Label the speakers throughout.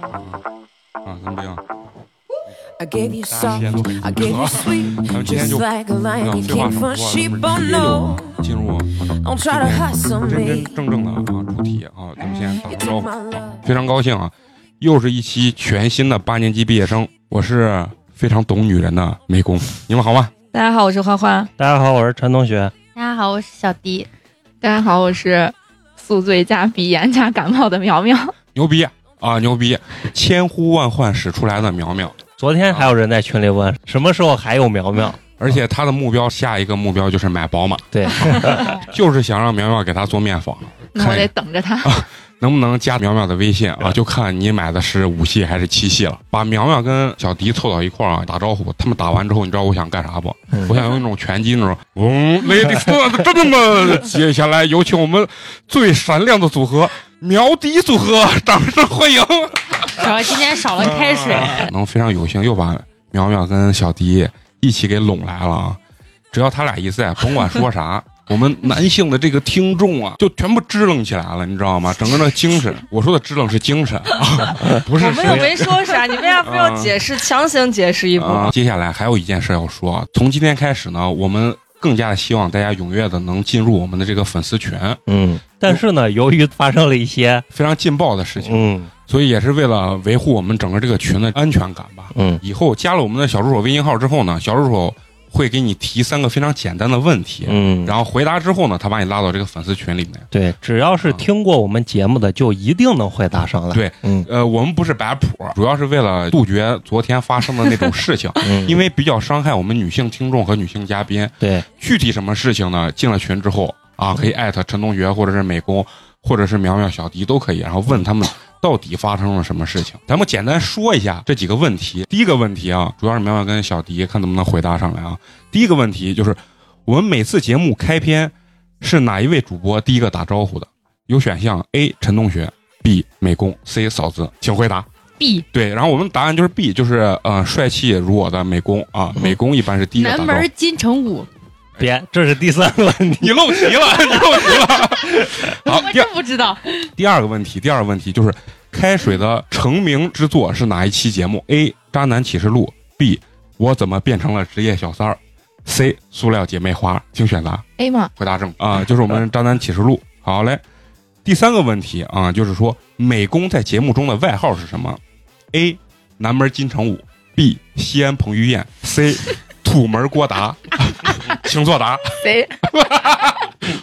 Speaker 1: 啊啊！咱们不用，
Speaker 2: I gave you
Speaker 1: 大家先
Speaker 2: soft, I gave you sweet,
Speaker 1: 咱们今天
Speaker 2: just
Speaker 1: 就
Speaker 2: like a
Speaker 1: 不
Speaker 2: lion.
Speaker 1: 用
Speaker 2: You
Speaker 1: 废话少说
Speaker 2: came from
Speaker 1: 啊，
Speaker 2: sheep,
Speaker 1: 咱
Speaker 2: oh
Speaker 1: 们直接
Speaker 2: no.
Speaker 1: 就进入
Speaker 2: Don't try to hustle
Speaker 1: 真真
Speaker 2: me.
Speaker 1: 正正的啊主题啊，咱们先打个
Speaker 2: You
Speaker 1: 招
Speaker 2: took
Speaker 1: 呼。
Speaker 2: my love.
Speaker 1: 非常高兴啊，又是一期全新的八年级毕业生，我是非常懂女人的梅工，你们好吗？
Speaker 3: 大家好，我是花花。
Speaker 4: 大家好，我是陈同学。
Speaker 5: 大家好，我是小迪。
Speaker 6: 大家好，我是宿醉加鼻炎加感冒的苗苗。
Speaker 1: 牛逼啊，牛逼！千呼万唤始出来的苗苗，
Speaker 4: 昨天还有人在群里问，
Speaker 1: 啊
Speaker 4: 什么时候还有苗苗？
Speaker 1: 而且他的目标下一个目标就是买宝马，
Speaker 4: 对，
Speaker 1: 就是想让苗苗给他做面访，
Speaker 6: 那我
Speaker 1: 看一
Speaker 6: 得等 着他。
Speaker 1: 能不能加苗苗的微信啊？就看你买的是五系还是七系了。把苗苗跟小迪凑到一块儿啊，打招呼。他们打完之后，你知道我想干啥不？我想用那种拳击那种，嗯嗡，ladies first，这么接下来有请我们最闪亮的组合苗迪组合，掌声欢迎！
Speaker 7: 主要今天少了开水，
Speaker 1: 能非常有幸又把苗苗跟小迪一起给拢来了啊！只要他俩一在，甭管说 啥，我们男性的这个听众啊，就全部支棱起来了，你知道吗？整个那精 神，我说的支棱是精神啊，不是
Speaker 3: 我们又
Speaker 1: 谁。
Speaker 3: 没说啥，你为啥非要解释，强行解释一波？
Speaker 1: 啊，接下来还有一件事要说啊，从今天开始呢，我们更加的希望大家踊跃的能进入我们的这个粉丝群，
Speaker 4: 嗯，但是呢，由于发生了一些，
Speaker 1: 非常劲爆的事情，
Speaker 4: 嗯
Speaker 1: 所以也是为了维护我们整个这个群的安全感吧。
Speaker 4: 嗯，
Speaker 1: 以后加了我们的小助手微信号之后呢，小助手会给你提三个非常简单的问题，
Speaker 4: 嗯，
Speaker 1: 然后回答之后呢，他把你拉到这个粉丝群里面。
Speaker 4: 对，只要是
Speaker 1: 啊
Speaker 4: 听过我们节目的，就一定能回答上来。
Speaker 1: 对，
Speaker 4: 嗯
Speaker 1: 呃，我们不是摆谱，主要是为了杜绝昨天发生的那种事情，
Speaker 4: 嗯，
Speaker 1: 因为比较伤害我们女性听众和女性嘉宾。
Speaker 4: 对，
Speaker 1: 具体什么事情呢？进了群之后啊，可以艾特陈同学或者是美工或者是苗苗小迪都可以，然后问他们到底发生了什么事情。咱们简单说一下这几个问题。第一个问题啊，主要是苗苗跟小迪看能不能回答上来啊。第一个问题就是我们每次节目开篇是哪一位主播第一个打招呼的？有选项 A 陈同学，B 美工，C 嫂子，请回答。
Speaker 6: B
Speaker 1: 对，然后我们答案就是 B，就是呃帅气如我的美工啊，美工一般是第一个打招
Speaker 6: 南
Speaker 1: 呼。
Speaker 6: 门金城武，
Speaker 4: 别，这是第三个问题。
Speaker 1: 你漏题了， 你漏题了。好，
Speaker 6: 我
Speaker 1: 第
Speaker 6: 真
Speaker 1: 二
Speaker 6: 不知道。
Speaker 1: 第二个问题，第二个问题就是开水的成名之作是哪一期节目？A. 渣男启示录，B. 我怎么变成了职业小三儿？C. 塑料姐妹花，请选择。
Speaker 6: A 嘛，
Speaker 1: 回答正啊、就是我们渣男启示录。好嘞，第三个问题啊、就是说美工在节目中的外号是什么？A. 南门金城武，B. 西安彭于晏，C. 土门郭达， 请作答。
Speaker 6: 谁？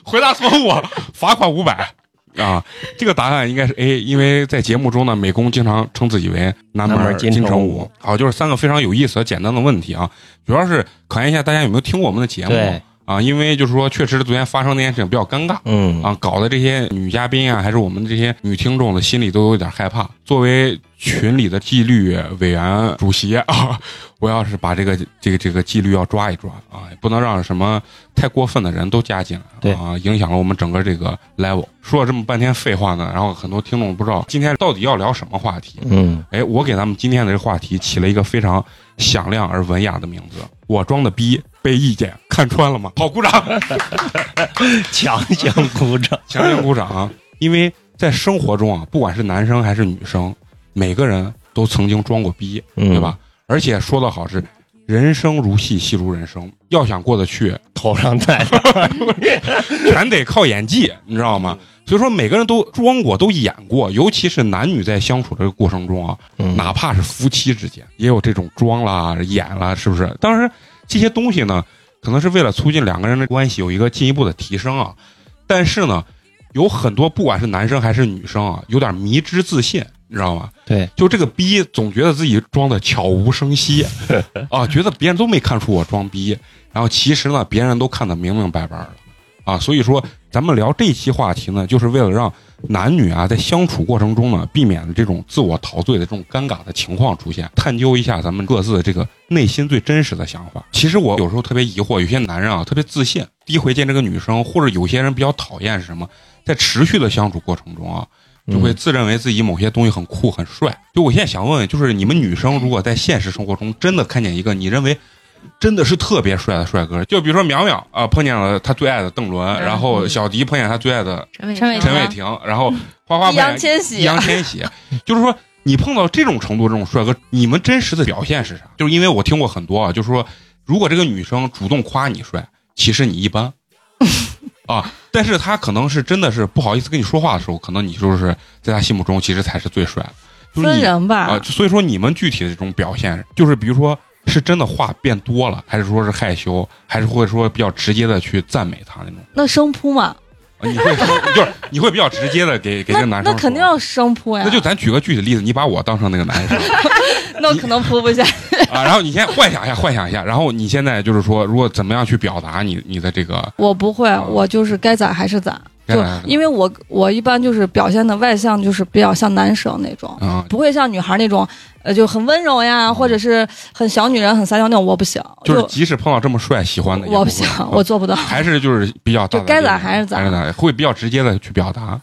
Speaker 1: 回答错误，罚款五百。啊，这个答案应该是 A，因为在节目中呢，美工经常称自己为南
Speaker 4: 南门
Speaker 1: 门
Speaker 4: 儿金
Speaker 1: 金城
Speaker 4: 城
Speaker 1: 武
Speaker 4: 武。
Speaker 1: 好，就是三个非常有意思和简单的问题啊，主要是考验一下大家有没有听过我们 的节目
Speaker 4: 对，
Speaker 1: 啊，因为就是说，确实昨天发生那件事情比较尴尬。
Speaker 4: 嗯
Speaker 1: 啊，搞得这些女嘉宾啊，还是我们这些女听众的心里都有点害怕。作为群里的纪律委员主席啊， 我要是把这个这个这个纪律要抓一抓啊，也不能让什么太过分的人都加进来，
Speaker 4: 对
Speaker 1: 啊，影响了我们整个这个 level。说了这么半天废话呢，然后很多听众不知道今天到底要聊什么话题。
Speaker 4: 嗯，
Speaker 1: 哎，我给咱们今天的这个话题起了一个非常响亮而文雅的名字。我装的逼被意见看穿了吗？好，鼓掌。
Speaker 4: 强行鼓掌。
Speaker 1: 强烈鼓掌啊，因为在生活中啊，不管是男生还是女生，每个人都曾经装过逼，
Speaker 4: 嗯
Speaker 1: 对吧？而且说的好是，人生如戏，戏如人生，要想过得去，
Speaker 4: 头上戴的，
Speaker 1: 全得靠演技，你知道吗？所以说，每个人都装过，都演过，尤其是男女在相处这个过程中啊，
Speaker 4: 嗯
Speaker 1: 哪怕是夫妻之间，也有这种装啦、演啦，是不是？当然，这些东西呢，可能是为了促进两个人的关系有一个进一步的提升啊。但是呢，有很多不管是男生还是女生啊，有点迷之自信，你知道吗？
Speaker 4: 对，
Speaker 1: 就这个逼，总觉得自己装的悄无声 息啊，觉得别人都没看出我装逼，然后其实呢，别人都看得明明白白的啊。所以说，咱们聊这期话题呢，就是为了让男女啊在相处过程中呢，避免这种自我陶醉的这种尴尬的情况出现，探究一下咱们各自的这个内心最真实的想法。其实我有时候特别疑惑，有些男人啊特别自信，第一回见这个女生，或者有些人比较讨厌是什么，在持续的相处过程中啊，
Speaker 4: 嗯
Speaker 1: 就会自认为自己某些东西很酷很帅。就我现在想问问，就是你们女生如果在现实生活中真的看见一个你认为真的是特别帅的帅哥，就比如说苗苗啊、碰见了她最爱的邓伦，然后小迪碰见她最爱的
Speaker 7: 陈伟
Speaker 6: 陈伟
Speaker 1: 陈伟霆，然后花花碰
Speaker 3: 嗯易烊
Speaker 1: 见
Speaker 3: 千玺，
Speaker 1: 易烊千玺，就是说你碰到这种程度这种帅哥，你们真实的表现是啥？就是因为我听过很多啊，就是说如果这个女生主动夸你帅，其实你一 般啊，但是她可能是真的是不好意思跟你说话的时候，可能你就是在她心目中其实才是最帅的，就是
Speaker 3: 分
Speaker 1: 你
Speaker 3: 人吧。
Speaker 1: 啊，所以说你们具体的这种表现，就是比如说是真的话变多了，还是说是害羞，还是会说比较直接的去赞美她那种？
Speaker 3: 那生扑嘛，
Speaker 1: 啊你会说 就是你会比较直接的给给这
Speaker 3: 那
Speaker 1: 个男生
Speaker 3: 那肯定
Speaker 1: 说
Speaker 3: 要生扑呀。
Speaker 1: 那就咱举个具体例子，你把我当成那个男生
Speaker 3: 那我可能扑不下。
Speaker 1: 啊，然后你先幻想一下，幻想一下，然后你现在就是说，如果怎么样去表达你你的这个，
Speaker 3: 我不会，
Speaker 1: 啊
Speaker 3: 我就是该咋还是咋。
Speaker 1: 该
Speaker 3: 就
Speaker 1: 咋还是咋
Speaker 3: 因为我我一般就是表现的外向，就是比较像男生那种，
Speaker 1: 嗯，
Speaker 3: 不会像女孩那种，呃，就很温柔呀，
Speaker 1: 嗯
Speaker 3: 或者是很小女人、很撒娇那种，我不行，
Speaker 1: 就是
Speaker 3: 就
Speaker 1: 即使碰到这么帅喜欢的，也
Speaker 3: 我不
Speaker 1: 会
Speaker 3: 行，
Speaker 1: 啊
Speaker 3: 我做不到。
Speaker 1: 还是就是比较大
Speaker 3: 就
Speaker 1: 大
Speaker 3: 该
Speaker 1: 咧
Speaker 3: 咋
Speaker 1: 咧
Speaker 3: 还是咋
Speaker 1: 还是咋，会比较直接的去表达，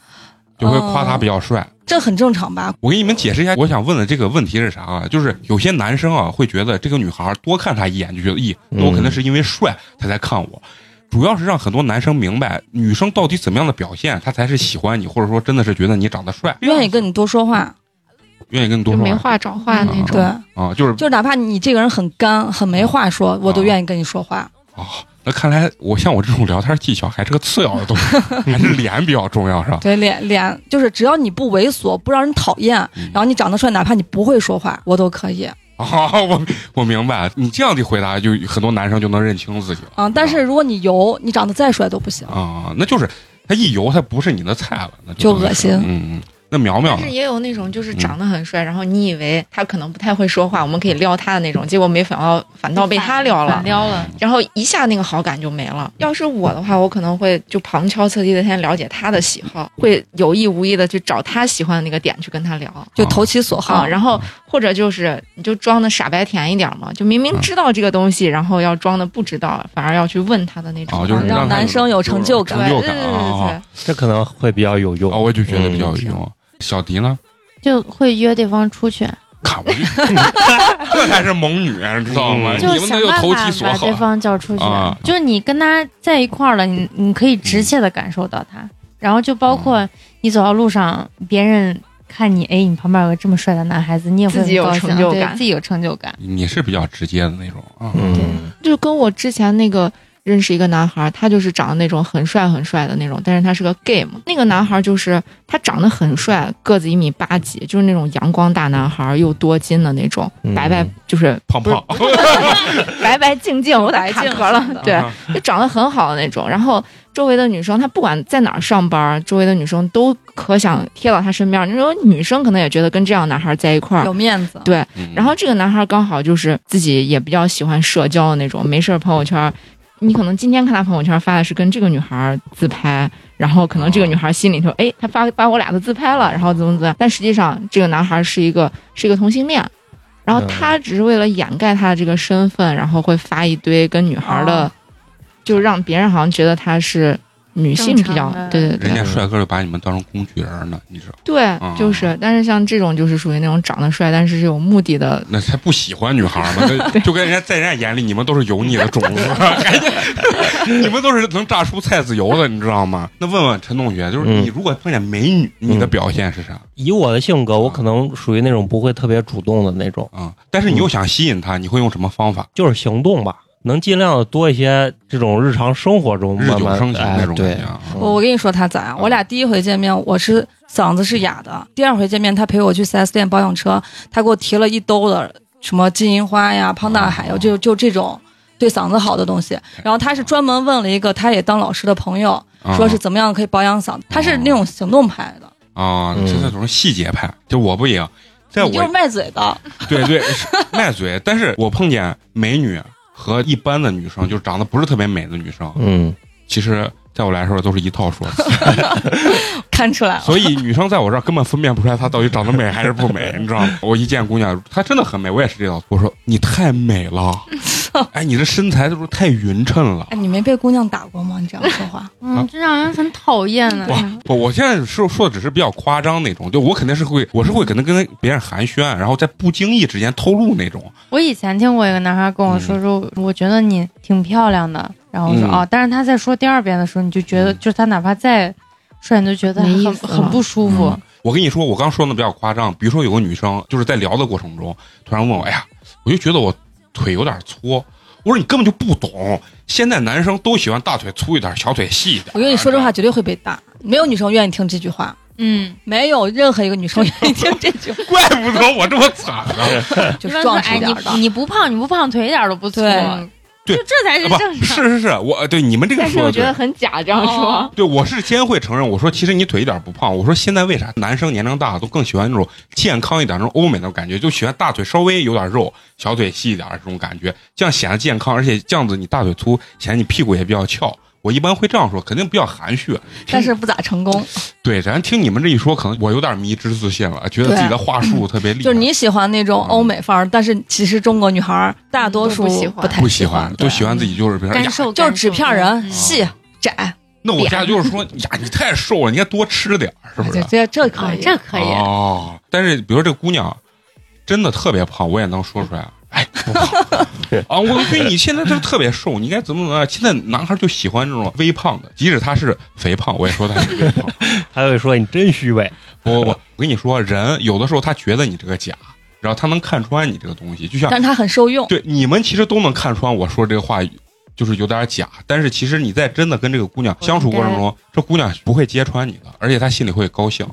Speaker 1: 就会夸
Speaker 3: 嗯
Speaker 1: 他比较帅。
Speaker 3: 这很正常吧？
Speaker 1: 我给你们解释一下，我想问的这个问题是啥啊？就是有些男生啊，会觉得这个女孩多看他一眼就觉得，咦，那我肯定是因为帅他才看我。主要是让很多男生明白，女生到底怎么样的表现，她才是喜欢你，或者说真的是觉得你长得帅，
Speaker 3: 愿意跟你多说话，
Speaker 1: 愿意跟你多
Speaker 7: 就
Speaker 1: 说
Speaker 7: 没
Speaker 1: 话
Speaker 7: 话找话
Speaker 6: 嗯
Speaker 7: 那种。
Speaker 3: 对，
Speaker 1: 啊，就是
Speaker 3: 就是哪怕你这个人很干、很没话说，我都
Speaker 1: 啊
Speaker 3: 愿意跟你说话。
Speaker 1: 啊。那看来我像我这种聊天技巧还是个次要的东西，还是脸比较重要，是吧？
Speaker 3: 对，脸脸就是只要你不猥琐，不让人讨厌，
Speaker 1: 嗯
Speaker 3: 然后你长得帅，哪怕你不会说话，我都可以。
Speaker 1: 啊，我我明白，你这样的回答，就很多男生就能认清自己了
Speaker 3: 啊，但是如果你油，你长得再帅都不行，
Speaker 1: 啊，那就是他一油，他不是你的菜了，那
Speaker 3: 就
Speaker 1: 等于
Speaker 3: 恶心
Speaker 1: 嗯，嗯，那苗苗
Speaker 8: 但是也有那种就是长得很帅，然后你以为他可能不太会说话，我们可以撩他的那种，结果没想到反倒被他撩了
Speaker 7: 反。撩了，
Speaker 8: 然后一下那个好感就没了。要是我的话，我可能会就旁敲侧击的先了解他的喜好，会有意无意的去找他喜欢的那个点去跟他聊。
Speaker 3: 就投其所好。
Speaker 8: 啊，
Speaker 6: 嗯
Speaker 8: 然后或者就是你就装的傻白甜一点嘛，就明明知道这个东西，然后要装的不知道，反而要去问他的那种。
Speaker 1: 啊，就是
Speaker 3: 让
Speaker 1: 让他
Speaker 3: 男生有成就
Speaker 1: 成
Speaker 3: 感
Speaker 1: 就
Speaker 8: 对对
Speaker 1: 感
Speaker 8: 对对
Speaker 1: 啊，
Speaker 4: 这可能会比较有
Speaker 1: 啊，
Speaker 4: 用。
Speaker 1: 我就觉得比较有用。小迪呢？
Speaker 7: 就会约对方出去，
Speaker 1: 看我就，这才是猛女，啊你知道吗？
Speaker 4: 嗯
Speaker 1: 你
Speaker 7: 就
Speaker 1: 们那
Speaker 7: 想
Speaker 1: 就
Speaker 7: 办
Speaker 1: 投其
Speaker 7: 法
Speaker 1: 所
Speaker 7: 把
Speaker 1: 好
Speaker 7: 对方叫出去
Speaker 1: 啊。
Speaker 7: 就你跟他在一块儿了，你你可以直接的感受到他，然后就
Speaker 1: 嗯
Speaker 7: 包括你走到路上，别人看你，哎，你旁边有个这么帅的男孩子，你也会
Speaker 8: 自己有
Speaker 7: 很高兴
Speaker 8: 成就
Speaker 7: 对
Speaker 8: 感
Speaker 7: 自己有成就感。
Speaker 1: 你是比较直接的那种啊，
Speaker 4: 嗯，
Speaker 8: 就跟我之前那个认识一个男孩，他就是长得那种很帅很帅的那种，但是他是个 gay 嘛。那个男孩就是他长得很帅，个子一米八几，就是那种阳光大男孩，又多金的那种，
Speaker 4: 嗯
Speaker 8: 白白就是
Speaker 1: 胖胖，
Speaker 8: 白 白净净，我打
Speaker 3: 白净
Speaker 8: 卡壳了，
Speaker 1: 啊
Speaker 8: 对，就长得很好的那种。然后周围的女生，她不管在哪儿上班，周围的女生都可想贴到他身边。那种女生可能也觉得跟这样男孩在一块儿
Speaker 3: 有面子，
Speaker 8: 对，
Speaker 1: 嗯
Speaker 8: 然后这个男孩刚好就是自己也比较喜欢社交的那种，没事儿朋友圈儿，你可能今天看他朋友圈发的是跟这个女孩儿自拍，然后可能这个女孩儿心里头，
Speaker 7: 哦
Speaker 8: 哎，他发把我俩的自拍了，然后怎么怎
Speaker 7: 嗯
Speaker 8: 么样，但实际上这个男孩儿是一个是一个同性恋。然后
Speaker 4: 嗯
Speaker 8: 他只是为了掩盖他的这个身份，然后会发一堆跟女孩儿的，
Speaker 3: 哦
Speaker 8: 就让别人好像觉得他是女性比
Speaker 7: 正
Speaker 8: 较
Speaker 7: 常的，
Speaker 8: 对对对
Speaker 1: 人，家帅哥就把你们当成工具人了，你知道？
Speaker 8: 对
Speaker 1: 嗯，
Speaker 8: 就是。但是像这种就是属于那种长得帅，但是是有目的的
Speaker 1: 那才不喜欢女孩嘛，那就跟人家在人家眼里，你们都是油腻的种子， 还你们都是能榨出菜籽油的，你知道吗？那问问陈同学，就是
Speaker 4: 嗯
Speaker 1: 你如果碰见美女，你的表现是啥
Speaker 4: 以我的性格，我可能属于那种不会特别主动的那种，
Speaker 1: 啊？但是你
Speaker 3: 嗯
Speaker 1: 又想吸引她，你会用什么方法？
Speaker 4: 就是行动吧，能尽量的多一些这种日常生活中
Speaker 1: 日
Speaker 4: 慢
Speaker 1: 久
Speaker 4: 慢
Speaker 1: 生情
Speaker 4: 哎
Speaker 1: 那种
Speaker 4: 对
Speaker 1: 感觉，啊。
Speaker 4: 嗯
Speaker 3: 我我跟你说他咋？我俩第一回见面，我是嗓子是哑的。第二回见面，他陪我去 4S 店保养车，他给我提了一兜的什么金银花呀、胖大海呀，就就这种对嗓子好的东西。然后他是专门问了一个他也当老师的朋友，
Speaker 1: 啊哦
Speaker 3: 说是怎么样可以保养嗓子。他是那种行动派的，
Speaker 1: 啊，这
Speaker 4: 嗯
Speaker 1: 这种细节派，就我不一样，在
Speaker 3: 你就是
Speaker 1: 我
Speaker 3: 卖嘴的。
Speaker 1: 对对是卖嘴，但是我碰见美女和一般的女生，就是长得不是特别美的女生，
Speaker 4: 嗯
Speaker 1: 其实在我来说都是一套说 辞，
Speaker 3: 看出来 了。
Speaker 1: 所以女生在我这儿根本分辨不出来她到底长得美还是不美，你知道吗？我一见姑娘，她真的很美，我也是这样，我说你太美 了，哎，你这身材是不是太匀称了？
Speaker 3: 哎，你没被姑娘打过吗？你这样说话，
Speaker 7: 嗯，这让人很讨厌啊呢。
Speaker 1: 啊哇不，我现在是说的只是比较夸张那种，就我肯定是会，我是会可能跟别人寒暄，然后在不经意之间透露那种。
Speaker 7: 我以前听过一个男孩跟我说说，我觉得你挺漂亮的，然后我说、
Speaker 1: 嗯
Speaker 7: 哦，但是他在说第二遍的时候，你就觉得，
Speaker 1: 嗯
Speaker 7: 就是他哪怕再帅，你都觉得
Speaker 8: 没意
Speaker 7: 很
Speaker 8: 思
Speaker 7: 很
Speaker 8: 了
Speaker 7: 不舒服。
Speaker 1: 我跟你说，我刚说的比较夸张，比如说有个女生就是在聊的过程中，突然问我，哎呀，我就觉得我腿有点粗。我说你根本就不懂，现在男生都喜欢大腿粗一点，小腿细一点。
Speaker 3: 我跟你说这话绝对会被打，没有女生愿意听这句话，
Speaker 7: 嗯，
Speaker 3: 没有任何一个女生愿意听这句话，
Speaker 1: 怪不得我这么惨呢、
Speaker 3: 就
Speaker 7: 一
Speaker 3: 是
Speaker 7: 般说
Speaker 3: 壮
Speaker 7: 哎，
Speaker 3: 实
Speaker 7: 你
Speaker 3: 点的。
Speaker 7: 你不胖，你不胖，腿一点都不
Speaker 1: 嗯
Speaker 7: 粗，
Speaker 3: 对
Speaker 1: 对
Speaker 7: 就这才是
Speaker 1: 啊不
Speaker 7: 正常。
Speaker 1: 是是是，我呃对你们这个
Speaker 8: 但是
Speaker 1: 说
Speaker 8: 我
Speaker 1: 的
Speaker 8: 觉
Speaker 1: 对
Speaker 8: 得。很假，这样说
Speaker 7: 哦。
Speaker 1: 对，我是先会承认，我说其实你腿一点不胖。我说现在为啥男生年龄大都更喜欢那种健康一点、那种欧美那种感觉，就喜欢大腿稍微有点肉，小腿细一点这种感觉，这样显得健康，而且这样子你大腿粗，显得你屁股也比较翘。我一般会这样说，肯定比较含蓄。
Speaker 3: 但是不咋成功，
Speaker 1: 对，咱听你们这一说，可能我有点迷之自信了，觉得自己的话术特别厉害。
Speaker 3: 嗯就是你喜欢那种欧美范儿，但是其实中国女孩儿大多数
Speaker 8: 都不喜欢
Speaker 3: 太
Speaker 1: 不喜
Speaker 3: 喜
Speaker 1: 欢，就
Speaker 3: 对
Speaker 1: 喜欢自己就是比如说
Speaker 7: 干
Speaker 1: 呀，
Speaker 7: 瘦
Speaker 3: 就是
Speaker 7: 干
Speaker 3: 纸
Speaker 7: 瘦
Speaker 3: 片人，
Speaker 7: 嗯
Speaker 3: 细窄，
Speaker 1: 那我家就是 说呀，你太瘦了，你应该多吃点儿，是不是
Speaker 3: 哎这？这这可
Speaker 7: 啊
Speaker 3: 以，，
Speaker 7: 这可以。
Speaker 1: 哦，但是比如说这个姑娘真的特别胖，我也能说出来。哎，不胖 啊！我觉得你现在就特别瘦，你应该怎么怎么样？现在男孩就喜欢这种微胖的，即使他是肥胖，我也说他是微胖。
Speaker 4: 他会说你真虚伪，
Speaker 1: 不不不，我跟你说，人有的时候他觉得你这个假，然后他能看穿你这个东西，就像
Speaker 3: 但是它很受用。
Speaker 1: 对，你们其实都能看穿我说这个话就是有点假，但是其实你在真的跟这个姑娘相处过程中，这姑娘不会揭穿你的，而且她心里会高兴。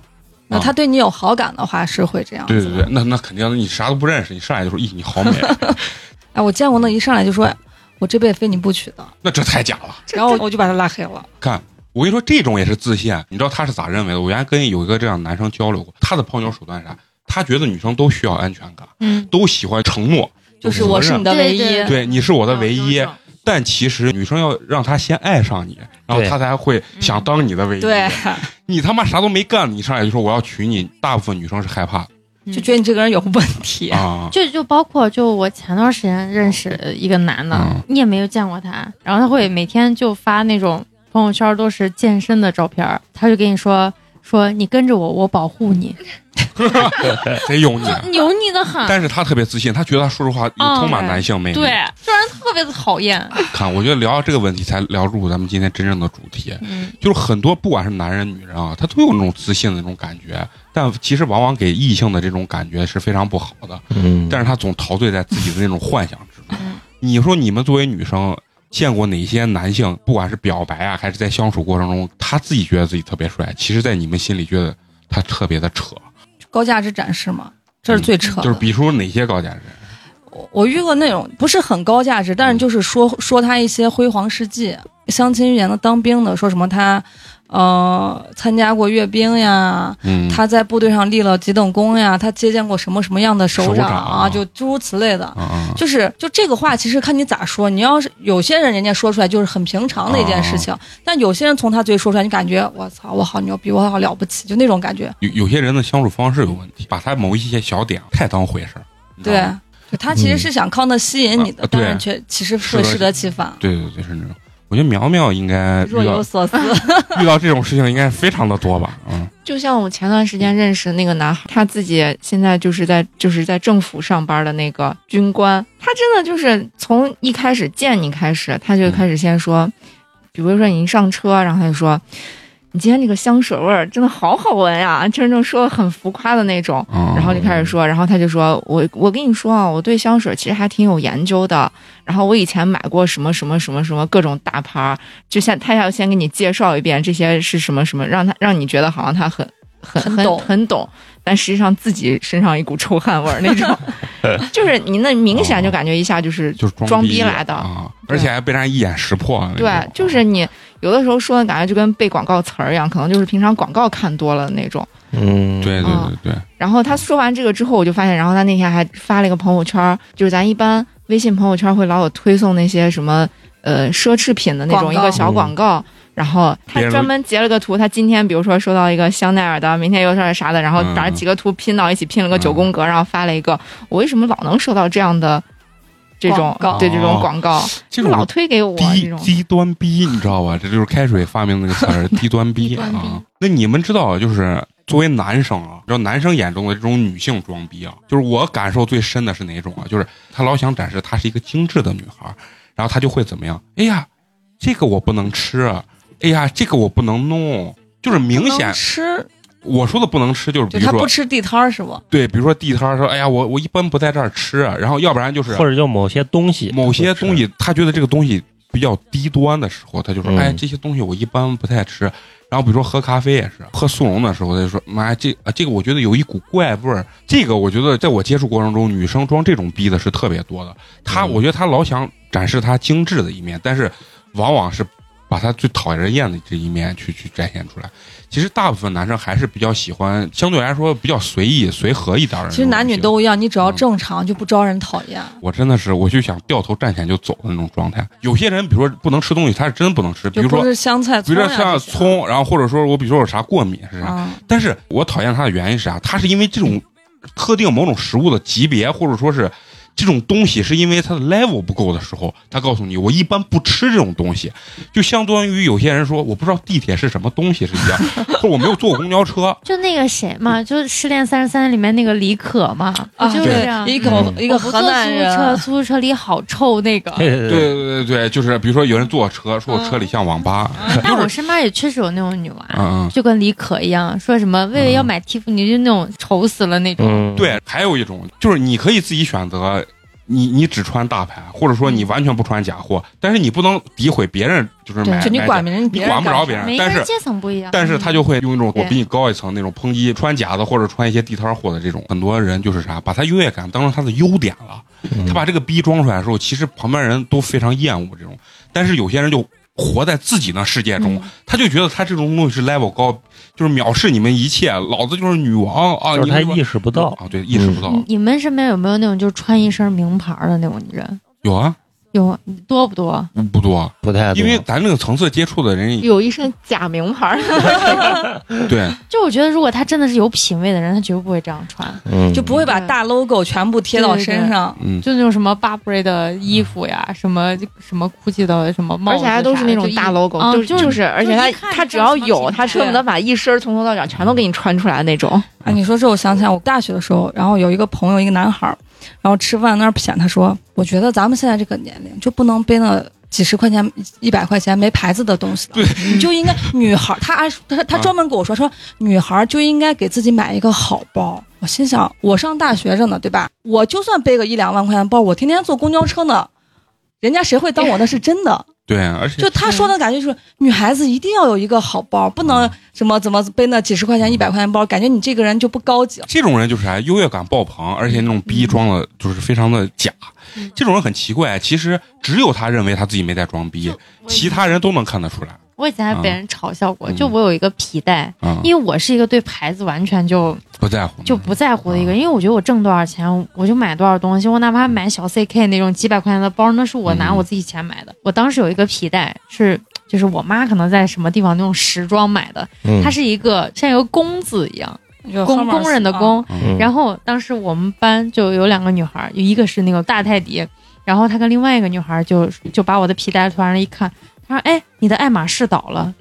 Speaker 3: 那他对你有好感的话，是会这样。
Speaker 1: 啊对对对，那那肯定，你啥都不认识，你上来就说“咦，你好美啊
Speaker 3: 哎，我见过那一上来就说我这辈子非你不娶的，”，
Speaker 1: 那这太假了。
Speaker 3: 然后我就把他拉黑了。
Speaker 1: 我跟你说，这种也是自信。啊你知道他是咋认为的？我原来跟有一个这样的男生交流过，他的泡妞手段是啥？他觉得女生都需要安全感，
Speaker 7: 嗯，
Speaker 1: 都喜欢承诺，
Speaker 3: 就是我是你的唯一，
Speaker 7: 对
Speaker 1: 对你是我
Speaker 7: 我
Speaker 1: 的唯一。
Speaker 7: 嗯
Speaker 1: 但其实女生要让他先爱上你，然后
Speaker 4: 对
Speaker 1: 他才会想当你的唯一。
Speaker 3: 对，
Speaker 1: 你他妈啥都没干，你上来就说我要娶你，大部分女生是害怕
Speaker 3: 就觉得你这个人有问题。
Speaker 1: 啊。
Speaker 7: 就就包括就我前段时间认识一个男的，
Speaker 1: 嗯
Speaker 7: 你也没有见过他，然后他会每天就发那种朋友圈都是健身的照片儿，他就跟你说说你跟着我，我保护你，
Speaker 1: 贼油腻。
Speaker 7: 就油腻的很，
Speaker 1: 啊但是他特别自信，他觉得他说实话有充满男性魅力。
Speaker 7: 嗯对，这人特别的讨 厌，
Speaker 1: 看，我觉得聊到这个问题才聊入咱们今天真正的主题，啊
Speaker 7: 嗯，
Speaker 1: 就是很多不管是男人女人啊，他都有那种自信的那种感觉，但其实往往给异性的这种感觉是非常不好的，
Speaker 4: 嗯
Speaker 1: 但是他总陶醉在自己的那种幻想之中。
Speaker 3: 嗯
Speaker 1: 你说你们作为女生。见过哪些男性，不管是表白啊，还是在相处过程中，他自己觉得自己特别帅，其实，在你们心里觉得他特别的扯，
Speaker 3: 高价值展示嘛，这是最扯的。
Speaker 1: 嗯就是比如哪些高价值？
Speaker 3: 我我遇过那种不是很高价值，但是就是说说他一些辉煌事迹，相亲遇见的当兵的，说什么他呃参加过阅兵呀，
Speaker 1: 嗯，
Speaker 3: 他在部队上立了几等功呀，他接见过什么什么样的首
Speaker 1: 首
Speaker 3: 长
Speaker 1: 长
Speaker 3: 啊，
Speaker 1: 啊
Speaker 3: 就诸如此类的。
Speaker 1: 啊啊，
Speaker 3: 就是就这个话，其实看你咋说。你要是有些人，人家说出来就是很平常的一件事
Speaker 1: 哦
Speaker 3: 情，但有些人从他嘴里说出来，你感觉我操，我好牛逼，我好了不起，就那种感觉。
Speaker 1: 有有些人的相处方式有问题，把他某一些小点太当回事儿。你知道
Speaker 3: 对
Speaker 1: 吗，
Speaker 3: 就他其实是想靠那吸引你
Speaker 1: 嗯
Speaker 3: 的，
Speaker 1: 嗯啊对
Speaker 3: 但是却其实会适得其反，
Speaker 1: 对对对，是那种。我觉得苗苗应该
Speaker 3: 若
Speaker 1: 遇到
Speaker 3: 有所思。
Speaker 1: 遇到这种事情应该非常的多吧？嗯，
Speaker 8: 就像我前段时间认识那个男孩，他自己现在就是在就是在政府上班的那个军官，他真的就是从一开始见你开始，他就开始先说，比如说你一上车，然后他就说，你今天这个香水味儿真的好好闻呀，就是那种说的很浮夸的那种，
Speaker 1: 嗯
Speaker 8: 然后就开始说，然后他就说我我跟你说啊，我对香水其实还挺有研究的。然后我以前买过什么什么什么什么各种大牌儿，就先他要先给你介绍一遍这些是什么什么，让他让你觉得好像他很很
Speaker 3: 很
Speaker 8: 很
Speaker 3: 懂
Speaker 8: 很懂，但实际上自己身上一股臭汗味儿那种，就是你那明显就感觉一下就是
Speaker 1: 就是
Speaker 8: 装
Speaker 1: 逼
Speaker 8: 逼来的
Speaker 1: 啊，
Speaker 8: 对
Speaker 1: 而且还被人家一眼识破那种。
Speaker 8: 对，就是你有的时候说的感觉就跟背广告词儿一样，可能就是平常广告看多了那种。
Speaker 4: 嗯，
Speaker 1: 对对对对对，
Speaker 8: 然后他说完这个之后，我就发现，然后他那天还发了一个朋友圈儿，就是咱一般微信朋友圈会老有推送那些什么呃奢侈品的那种
Speaker 3: 广
Speaker 8: 一
Speaker 3: 告
Speaker 8: 个小广告，然后他
Speaker 1: 别人
Speaker 8: 专门截了个图，他今天比如说收到一个香奈儿的，明天又是啥的，然后
Speaker 1: 嗯
Speaker 8: 把几个图拼到一起，拼了个九宫格，然后发了一个。我为什么老能收到这样的这种
Speaker 3: 广告
Speaker 8: 对这种
Speaker 1: 哦
Speaker 8: 广告？
Speaker 1: 这
Speaker 8: 老
Speaker 1: 种
Speaker 8: 推给我这
Speaker 1: 低
Speaker 8: 种。
Speaker 1: 低端逼，你知道吧？这就是开水发明的那个词儿， 低端逼
Speaker 7: 端逼
Speaker 1: 啊。那你们知道，就是作为男生啊，你知道男生眼中的这种女性装逼啊，就是我感受最深的是哪种啊？就是他老想展示她是一个精致的女孩儿，然后他就会怎么样？哎呀，这个我不能吃，哎呀，这个我不能弄，就是明
Speaker 3: 不能
Speaker 1: 显
Speaker 3: 吃，
Speaker 1: 我说的不能吃，就是比
Speaker 3: 就
Speaker 1: 如
Speaker 3: 他
Speaker 1: 说
Speaker 3: 不吃地摊儿是不？
Speaker 1: 对，比如说地摊儿说，哎呀，我我一般不在这儿吃，啊然后要不然就是
Speaker 4: 或者就某些东西，
Speaker 1: 某些东西，他觉得这个东西比较低端的时候，他就说：“
Speaker 4: 嗯
Speaker 1: 哎，这些东西我一般不太吃。”然后比如说喝咖啡也是，喝速溶的时候，他就说：“妈呀，这啊这个我觉得有一股怪味儿。”这个我觉得在我接触过程中，女生装这种逼的是特别多的。她，
Speaker 4: 嗯
Speaker 1: 我觉得她老想展示她精致的一面，但是往往是把她最讨人厌的这一面去去展现出来。其实大部分男生还是比较喜欢，相对来说比较随意、随和一点儿的那种类型。
Speaker 3: 其实男女都一样，你只要
Speaker 1: 嗯
Speaker 3: 正常就不招人讨厌。
Speaker 1: 我真的是，我就想掉头站起来就走的那种状态。有些人，比如说不能吃东西，他是真不能吃，比
Speaker 3: 就
Speaker 1: 如
Speaker 3: 不
Speaker 1: 说，
Speaker 3: 是香菜、
Speaker 1: 比
Speaker 3: 葱
Speaker 1: 如
Speaker 3: 呀
Speaker 1: 说像
Speaker 3: 这些，
Speaker 1: 葱，啊然后或者说我比如说有啥过敏是啥，
Speaker 3: 嗯，
Speaker 1: 但是我讨厌他的原因是啥？他是因为这种特定某种食物的级别，或者说是这种东西，是因为它的 level 不够的时候，他告诉你我一般不吃这种东西，就相当于有些人说我不知道地铁是什么东西是一样，或者我没有坐过公交车，
Speaker 7: 就那个谁嘛，就《失恋三十三》里面那个李可嘛，不
Speaker 3: 啊，
Speaker 7: 就是这样。
Speaker 3: 对一口
Speaker 1: 嗯
Speaker 3: 一个
Speaker 7: 我不
Speaker 3: 河
Speaker 7: 坐
Speaker 3: 南
Speaker 7: 出租车，
Speaker 3: 人，啊
Speaker 7: 出租车里好臭那个。
Speaker 4: 对
Speaker 1: 对
Speaker 4: 对
Speaker 1: 对对对，就是比如说有人坐我车，说
Speaker 3: 嗯
Speaker 1: 我车里像网吧，
Speaker 7: 但我身边也确实有那种女娃，
Speaker 1: 嗯嗯。
Speaker 7: 就跟李可一样，说什么为了要买 Tiffany 就那种愁死了那种。
Speaker 4: 嗯，
Speaker 1: 对，还有一种就是你可以自己选择，你你只穿大牌，或者
Speaker 4: 嗯
Speaker 1: 说你完全不穿假货，但是你不能诋毁别人，就是买
Speaker 3: 就你
Speaker 1: 买假
Speaker 3: 管别人，
Speaker 1: 哎你管不着别
Speaker 3: 人
Speaker 1: 人
Speaker 7: 每，个
Speaker 1: 但
Speaker 7: 人
Speaker 1: 是。
Speaker 7: 阶层不一样，
Speaker 1: 但是他就会用一种我
Speaker 7: 对
Speaker 1: 比你高一层那种抨击穿假的或者穿一些地摊货的这种，很多人就是啥，把他优越感当成他的优点了。
Speaker 4: 嗯
Speaker 1: 他把这个逼装出来的时候，其实旁边人都非常厌恶这种，但是有些人就活在自己那世界
Speaker 4: 嗯
Speaker 1: 中，他就觉得他这种东西是 level 高，就是藐视你们一切，老子就是女王啊！
Speaker 4: 就是
Speaker 1: 你
Speaker 4: 他
Speaker 1: 们
Speaker 4: 意识不到，嗯
Speaker 1: 啊，对，意识不到，
Speaker 7: 嗯你你们身边有没有那种就穿一身名牌的那种人？
Speaker 1: 有啊，
Speaker 7: 有多不多？
Speaker 1: 不不多，
Speaker 4: 不太懂
Speaker 1: 因为咱这个层次接触的人，
Speaker 8: 有一身假名牌儿，
Speaker 1: 对，
Speaker 7: 就我觉得，如果他真的是有品位的人，他绝不会这样穿，
Speaker 4: 嗯
Speaker 3: 就不会把大 logo 全部贴到身上。
Speaker 1: 嗯，
Speaker 7: 就那种什么 Burberry 的衣服呀，什么什么 GUCCI 的什么帽
Speaker 8: 而
Speaker 7: 子
Speaker 8: 且
Speaker 7: 啥的，
Speaker 8: 还都是那种大 logo，
Speaker 7: 啊
Speaker 8: 就
Speaker 7: 就是
Speaker 8: 是，而且
Speaker 7: 就
Speaker 8: 他
Speaker 7: 一看
Speaker 8: 他
Speaker 7: 就
Speaker 8: 只要
Speaker 7: 知道
Speaker 8: 有，
Speaker 7: 什么
Speaker 8: 他
Speaker 7: 品牌
Speaker 8: 恨不得把一身儿从头到脚全都给你穿出来那种。
Speaker 3: 哎，你说这，我想起来，我大学的时候，然后有一个朋友，一个男孩儿，然后吃饭那儿谝，他说：“我觉得咱们现在这个年龄就不能背那几十块钱、一百块钱没牌子的东西了，你就应该女孩儿。”他还说他他
Speaker 1: 啊
Speaker 3: 专门跟我说说，女孩儿就应该给自己买一个好包。我心想，我上大学着呢，对吧？我就算背个一两万块钱包，我天天坐公交车呢，人家谁会当我那是真的？
Speaker 1: 对，而且
Speaker 3: 就他说的感觉就是，女孩子一定要有一个好包，不
Speaker 1: 嗯
Speaker 3: 能什么怎么背那几十块钱、一百块钱包，感觉你这个人就不高级了。
Speaker 1: 这种人就是啥，优越感爆棚，而且那种逼装的就是非常的假，
Speaker 7: 嗯
Speaker 1: 这种人很奇怪，其实只有他认为他自己没在装逼，其他人都能看得出来
Speaker 7: 我以前还被人嘲笑过，
Speaker 1: 嗯
Speaker 7: 就我有一个皮带，
Speaker 1: 啊，
Speaker 7: 因为我是一个对牌子完全就
Speaker 1: 不在乎，
Speaker 7: 就不在乎的一个人，因为我觉得我挣多少钱，我就买多少东西，我哪怕买小 CK 那种几百块钱的包，那是我拿
Speaker 1: 嗯
Speaker 7: 我自己钱买的。我当时有一个皮带是。就是我妈可能在什么地方那种时装买的，
Speaker 4: 嗯
Speaker 7: 它是一个像一个工字一样，
Speaker 3: 就
Speaker 7: 工
Speaker 3: 赫马斯
Speaker 7: 工人的
Speaker 3: 啊
Speaker 7: 工，
Speaker 4: 嗯
Speaker 7: 然后当时我们班就有两个女孩儿，有一个是那个大泰迪，然后她跟另外一个女孩儿就就把我的皮带突然一看，她说：“哎，你的爱马仕倒 了。”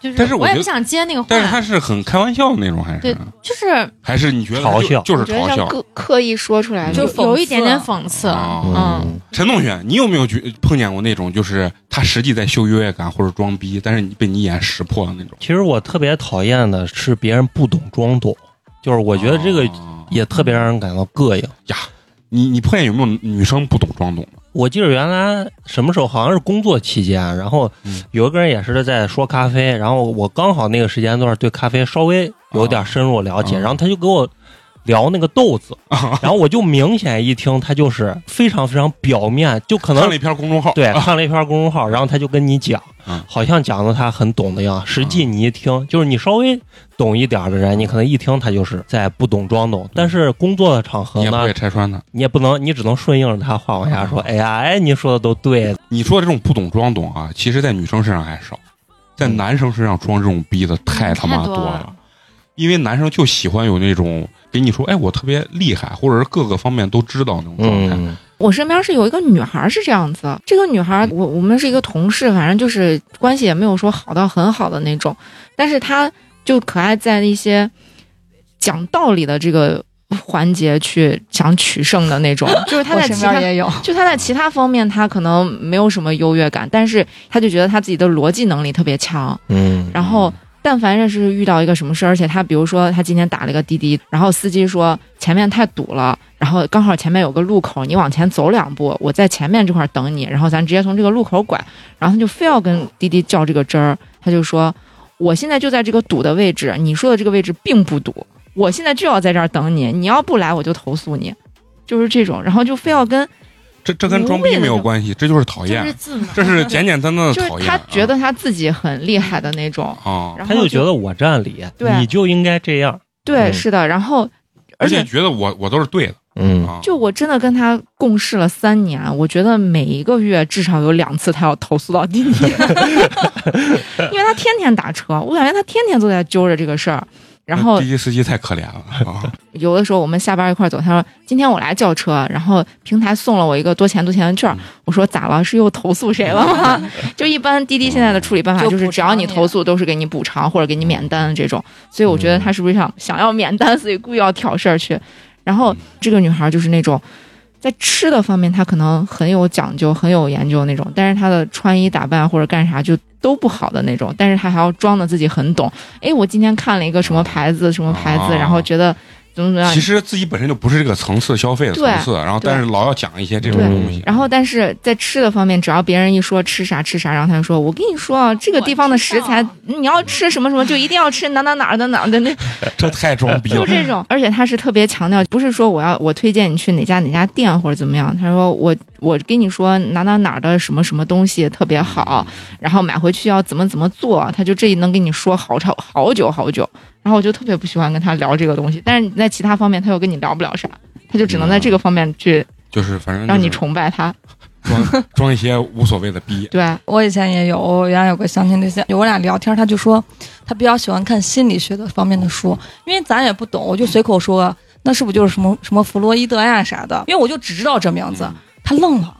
Speaker 7: 就
Speaker 1: 但是我
Speaker 7: 我也
Speaker 1: 觉
Speaker 7: 不
Speaker 1: 得
Speaker 7: 想接那个话，
Speaker 1: 但是他是很开玩笑的那种，还是
Speaker 7: 对就是
Speaker 1: 还是你觉得
Speaker 4: 嘲
Speaker 1: 就
Speaker 4: 笑
Speaker 1: 就是
Speaker 8: 我觉得
Speaker 1: 嘲
Speaker 8: 像
Speaker 1: 笑。
Speaker 8: 刻刻意说出来，
Speaker 3: 就
Speaker 8: 就是
Speaker 3: 讽
Speaker 7: 有一点点
Speaker 3: 刺
Speaker 7: 讽刺。
Speaker 1: 啊
Speaker 7: 嗯，
Speaker 1: 陈同学，你有没有觉碰见过那种就是他实际在秀优越感或者装逼，但是你被你一眼识破了那种？
Speaker 4: 其实我特别讨厌的是别人不懂装懂，就是我觉得这个
Speaker 1: 啊
Speaker 4: 也特别让人感到膈应。
Speaker 1: 你你碰见有没有女生不懂装懂的？
Speaker 4: 我记得原来什么时候，好像是工作期间，然后
Speaker 1: 嗯
Speaker 4: 有一个人也是在说咖啡，然后我刚好那个时间段对咖啡稍微有点深入了解，
Speaker 1: 啊
Speaker 4: 然后他就给我聊那个豆子，
Speaker 1: 哦
Speaker 4: 然后我就明显一听他就是非常非常表面，就可
Speaker 1: 看
Speaker 4: 能
Speaker 1: 了一篇公众号，
Speaker 4: 对看了一篇公众号，然后他就跟你讲
Speaker 1: 嗯，
Speaker 4: 好像讲的他很懂的样，实际你一听就是你稍微懂一点儿的人，你可能一听他就是在不懂装懂，但是工作的场
Speaker 1: 嗯
Speaker 4: 合
Speaker 1: 你也不
Speaker 4: 呢
Speaker 1: 会，拆穿他。
Speaker 4: 你也不能，你只能顺应着他话往下说，哎呀，哎，你说的都对，
Speaker 1: 你说的这种不懂装懂啊，其实在女生身上还少。在男生身上装这种逼的太
Speaker 8: 嗯
Speaker 1: 他妈
Speaker 7: 太多
Speaker 1: 了，因为男生就喜欢有那种给你说，哎，我特别厉害，或者是各个方面都知道那种状态。
Speaker 4: 嗯，
Speaker 8: 我身边是有一个女孩是这样子，这个女孩我我们是一个同事，反正就是关系也没有说好到很好的那种，但是她就可爱在一些讲道理的这个环节去想取胜的那种，就是她
Speaker 3: 我
Speaker 8: 在
Speaker 3: 身
Speaker 8: 其他
Speaker 3: 边也有，
Speaker 8: 就他在其他方面，他可能没有什么优越感，但是他就觉得他自己的逻辑能力特别强。
Speaker 4: 嗯，
Speaker 8: 然后，但凡认识遇到一个什么事儿，而且他比如说他今天打了一个滴滴，然后司机说前面太堵了，然后刚好前面有个路口，你往前走两步，我在前面这块儿等你，然后咱直接从这个路口拐。然后他就非要跟滴滴较这个真儿，他就说我现在就在这个堵的位置，你说的这个位置并不堵，我现在就要在这儿等你，你要不来我就投诉你，就是这种，然后就非要跟。
Speaker 1: 这这跟装逼没有关系，这就是讨
Speaker 7: 就是
Speaker 1: 厌，
Speaker 7: 自满，
Speaker 1: 这是简简单单的
Speaker 8: 就是
Speaker 1: 讨厌。
Speaker 8: 他觉得他自己很厉害的那种，
Speaker 1: 啊，
Speaker 8: 然后
Speaker 4: 他就觉得我占理，
Speaker 8: 对
Speaker 4: 你就应该这样，
Speaker 8: 对，
Speaker 4: 嗯
Speaker 8: 是的，然后
Speaker 1: 而
Speaker 8: 而
Speaker 1: 且
Speaker 8: 且
Speaker 1: 觉得我我都是对的
Speaker 4: 嗯，
Speaker 1: 啊。
Speaker 8: 就我真的跟他共事了三年，我觉得每一个月至少有两次他要投诉到滴滴， 因为他天天打车，我感觉他天天都在揪着这个事儿。然后
Speaker 1: 滴滴司机太可怜 了啊，
Speaker 8: 有的时候我们下班一块儿走，他说今天我来叫车，然后平台送了我一个多钱多钱的券儿
Speaker 1: 嗯，
Speaker 8: 我说咋了？是又投诉谁 了吗？就一般滴滴现在的处理办法
Speaker 3: 就
Speaker 8: 就是
Speaker 3: 补
Speaker 8: 只要
Speaker 3: 偿
Speaker 8: 你
Speaker 3: 你
Speaker 8: 投诉都是给你补偿或者给你免单这种，所以我觉得他是不是想想要免单，所以故意要挑事儿去。然后
Speaker 1: 嗯
Speaker 8: 这个女孩就是那种。在吃的方面，她可能很有讲究、很有研究那种，但是她的穿衣打扮或者干啥就都不好的那种，但是她还要装的自己很懂。哎，我今天看了一个什么牌子、什么牌
Speaker 3: 哦
Speaker 8: 子，
Speaker 1: 啊
Speaker 8: 然后觉得怎么怎么样
Speaker 1: 其，实自己本身就不是这个层次消费的层次，然后但是老要讲一些这种
Speaker 8: 对
Speaker 1: 东西，
Speaker 8: 然后，但是在吃的方面，只要别人一说吃啥吃啥，然后他就说：“我跟你说啊，这个地方的食材，你要吃什么什么，就一定要吃哪哪哪儿的哪儿的那，
Speaker 1: 这太装逼
Speaker 8: 就
Speaker 1: 了
Speaker 8: 这种。”而且他是特别强调，不是说我要我推荐你去哪家哪家店或者怎么样，他说我我跟你说哪哪哪儿的什么什么东西特别好，然后买回去要怎么怎么做，他就这能跟你说好长好久好久。然后我就特别不喜欢跟他聊这个东西，但是你在其他方面他又跟你聊不了啥，他就只能在这个方面去
Speaker 1: 就是反正
Speaker 8: 让你
Speaker 1: 就是
Speaker 8: 崇拜他。
Speaker 1: 装装一些无所谓的逼，
Speaker 8: 对，
Speaker 3: 我以前也有，我原来有个相亲对象，我俩聊天，他就说他比较喜欢看心理学的方面的书，因为咱也不懂，我就随口说，那是不是就是什么什么弗洛伊德呀啥的？因为我就只知道这名字，
Speaker 1: 嗯
Speaker 3: 他愣了。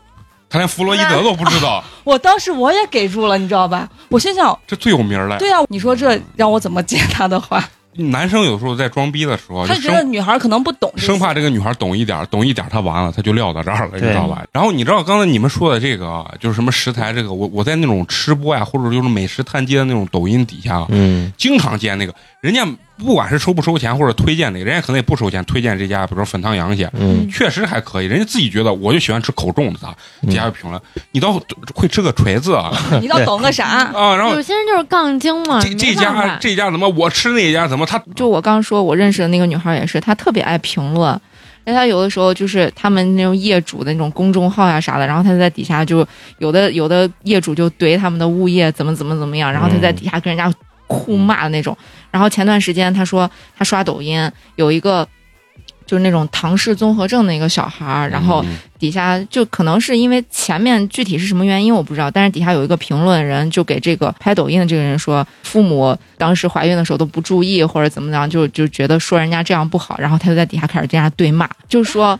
Speaker 1: 他连弗洛伊德都不知道，
Speaker 3: 我当时我也给住了，你知道吧？我心想，
Speaker 1: 这最有名儿了。
Speaker 3: 对啊，你说这让我怎么接他的话？
Speaker 1: 男生有时候在装逼的时候，
Speaker 3: 他
Speaker 1: 哦就
Speaker 3: 觉得
Speaker 1: 生
Speaker 3: 女孩可能不懂这些，
Speaker 1: 生怕这个女孩懂一点儿，懂一点儿他完了，他就撂到这儿了，你
Speaker 4: 对
Speaker 1: 知道吧？然后你知道刚才你们说的这个啊就是什么食材，这个我我在那种吃播呀，啊或者就是美食探街的那种抖音底下啊，
Speaker 4: 嗯，
Speaker 1: 经常见那个人家不管是收不收钱或者推荐哪个，人家可能也不收钱，推荐这家比如说粉汤羊血，
Speaker 4: 嗯，
Speaker 1: 确实还可以，人家自己觉得我就喜欢吃口重的啊，
Speaker 4: 嗯
Speaker 1: 底下有评论，你倒会吃个锤子啊
Speaker 3: 你倒懂个啥？
Speaker 1: 啊，然后
Speaker 7: 有些人就是杠精
Speaker 8: 啊
Speaker 7: 嘛，
Speaker 1: 这这
Speaker 7: 没办
Speaker 1: 家
Speaker 7: 法
Speaker 1: 这家怎么我吃那家怎么他
Speaker 8: 就我刚说，我认识的那个女孩也是，她特别爱评论。那她有的时候就是他们那种业主的那种公众号呀、啥的，然后她在底下就有的有的业主就怼他们的物业怎么怎么怎么样，然后她在底下跟人家互骂的那种。然后前段时间她说她刷抖音有一个就是那种唐氏综合症的一个小孩儿，然后
Speaker 1: 嗯
Speaker 8: 底下就可能是因为前面具体是什么原因我不知道，但是底下有一个评论人就给这个拍抖音的这个人说，父母当时怀孕的时候都不注意或者怎么样，就就觉得说人家这样不好，然后他就在底下开始跟人家对骂，就说。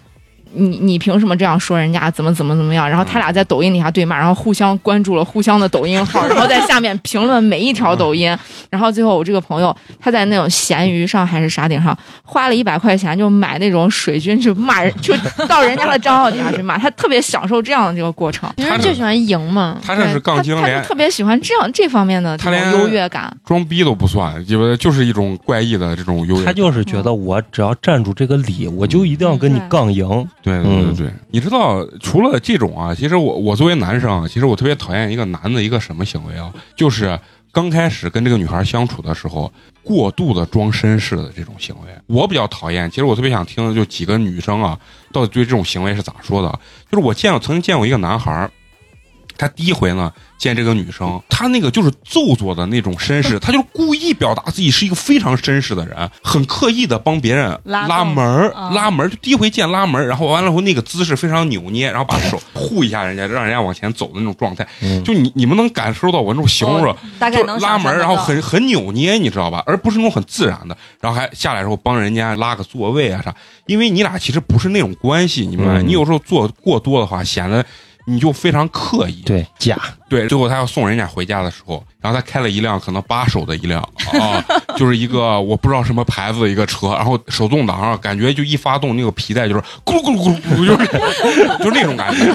Speaker 8: 你你凭什么这样说人家怎么怎么怎么样？然后他俩在抖音底下对骂，然后互相关注了互相的抖音号，然后在下面评论每一条抖音，然后最后我这个朋友他在那种闲鱼上还是啥顶上花了一百块钱就买那种水军去骂 人，就到人家的账号底下去骂，他特别享受这样的这个过程。
Speaker 7: 别
Speaker 1: 他
Speaker 7: 人
Speaker 1: 这
Speaker 7: 就喜欢赢嘛，
Speaker 1: 他这是杠精
Speaker 8: 他他
Speaker 1: 连
Speaker 8: 就特别喜欢这样这方面的
Speaker 1: 他
Speaker 8: 这
Speaker 1: 连
Speaker 8: 种优越 感。
Speaker 1: 装逼都不算，因为就是一种怪异的这种优越
Speaker 4: 嗯他
Speaker 1: 感。
Speaker 4: 就是觉得我只要站住这个理，我就一定要跟你
Speaker 7: 嗯对
Speaker 4: 杠赢，
Speaker 1: 对对
Speaker 4: 嗯
Speaker 1: 对对，你知道，除了这种啊，其实我我作为男生啊，其实我特别讨厌一个男的一个什么行为啊，就是刚开始跟这个女孩相处的时候，过度的装绅士的这种行为，我比较讨厌。其实我特别想听的就几个女生啊，到底对这种行为是咋说的啊？就是我见过曾经见过一个男孩儿，他第一回呢见这个女
Speaker 3: 嗯
Speaker 1: 生，他那个就是做作的那种绅 士，他就是故意表达自己是一个非常绅士的人，很刻意的帮别人
Speaker 3: 拉
Speaker 1: 拉
Speaker 3: 动
Speaker 1: 门儿、
Speaker 3: 啊
Speaker 1: 拉门儿，就第一回见拉门儿，然后完了后那个姿势非常扭捏，然后把 手护一下人家，让人家往前走的那种状态，
Speaker 4: 嗯
Speaker 1: 就你你们能感受到我那种形容
Speaker 3: 哦大概
Speaker 1: 就是
Speaker 3: 能
Speaker 1: 拉
Speaker 3: 想象
Speaker 1: 门儿，
Speaker 3: 得
Speaker 1: 然后
Speaker 3: 到
Speaker 1: 很很扭捏，你知道吧？而不是那种很自然的，然后还下来之后帮人家拉个座位啊啥，因为你俩其实不是那种关系，你明白吗？
Speaker 4: 嗯
Speaker 1: 你有时候做过多的话，显得你就非常刻意。
Speaker 4: 对假，
Speaker 1: 对，最后他要送人家回家的时候，然后他开了一辆可能八手的一辆啊， 就是一个我不知道什么牌子的一个车，然后手动挡啊，感觉就一发动那个皮带就是咕噜咕噜咕噜咕噜，就是就是那种感觉。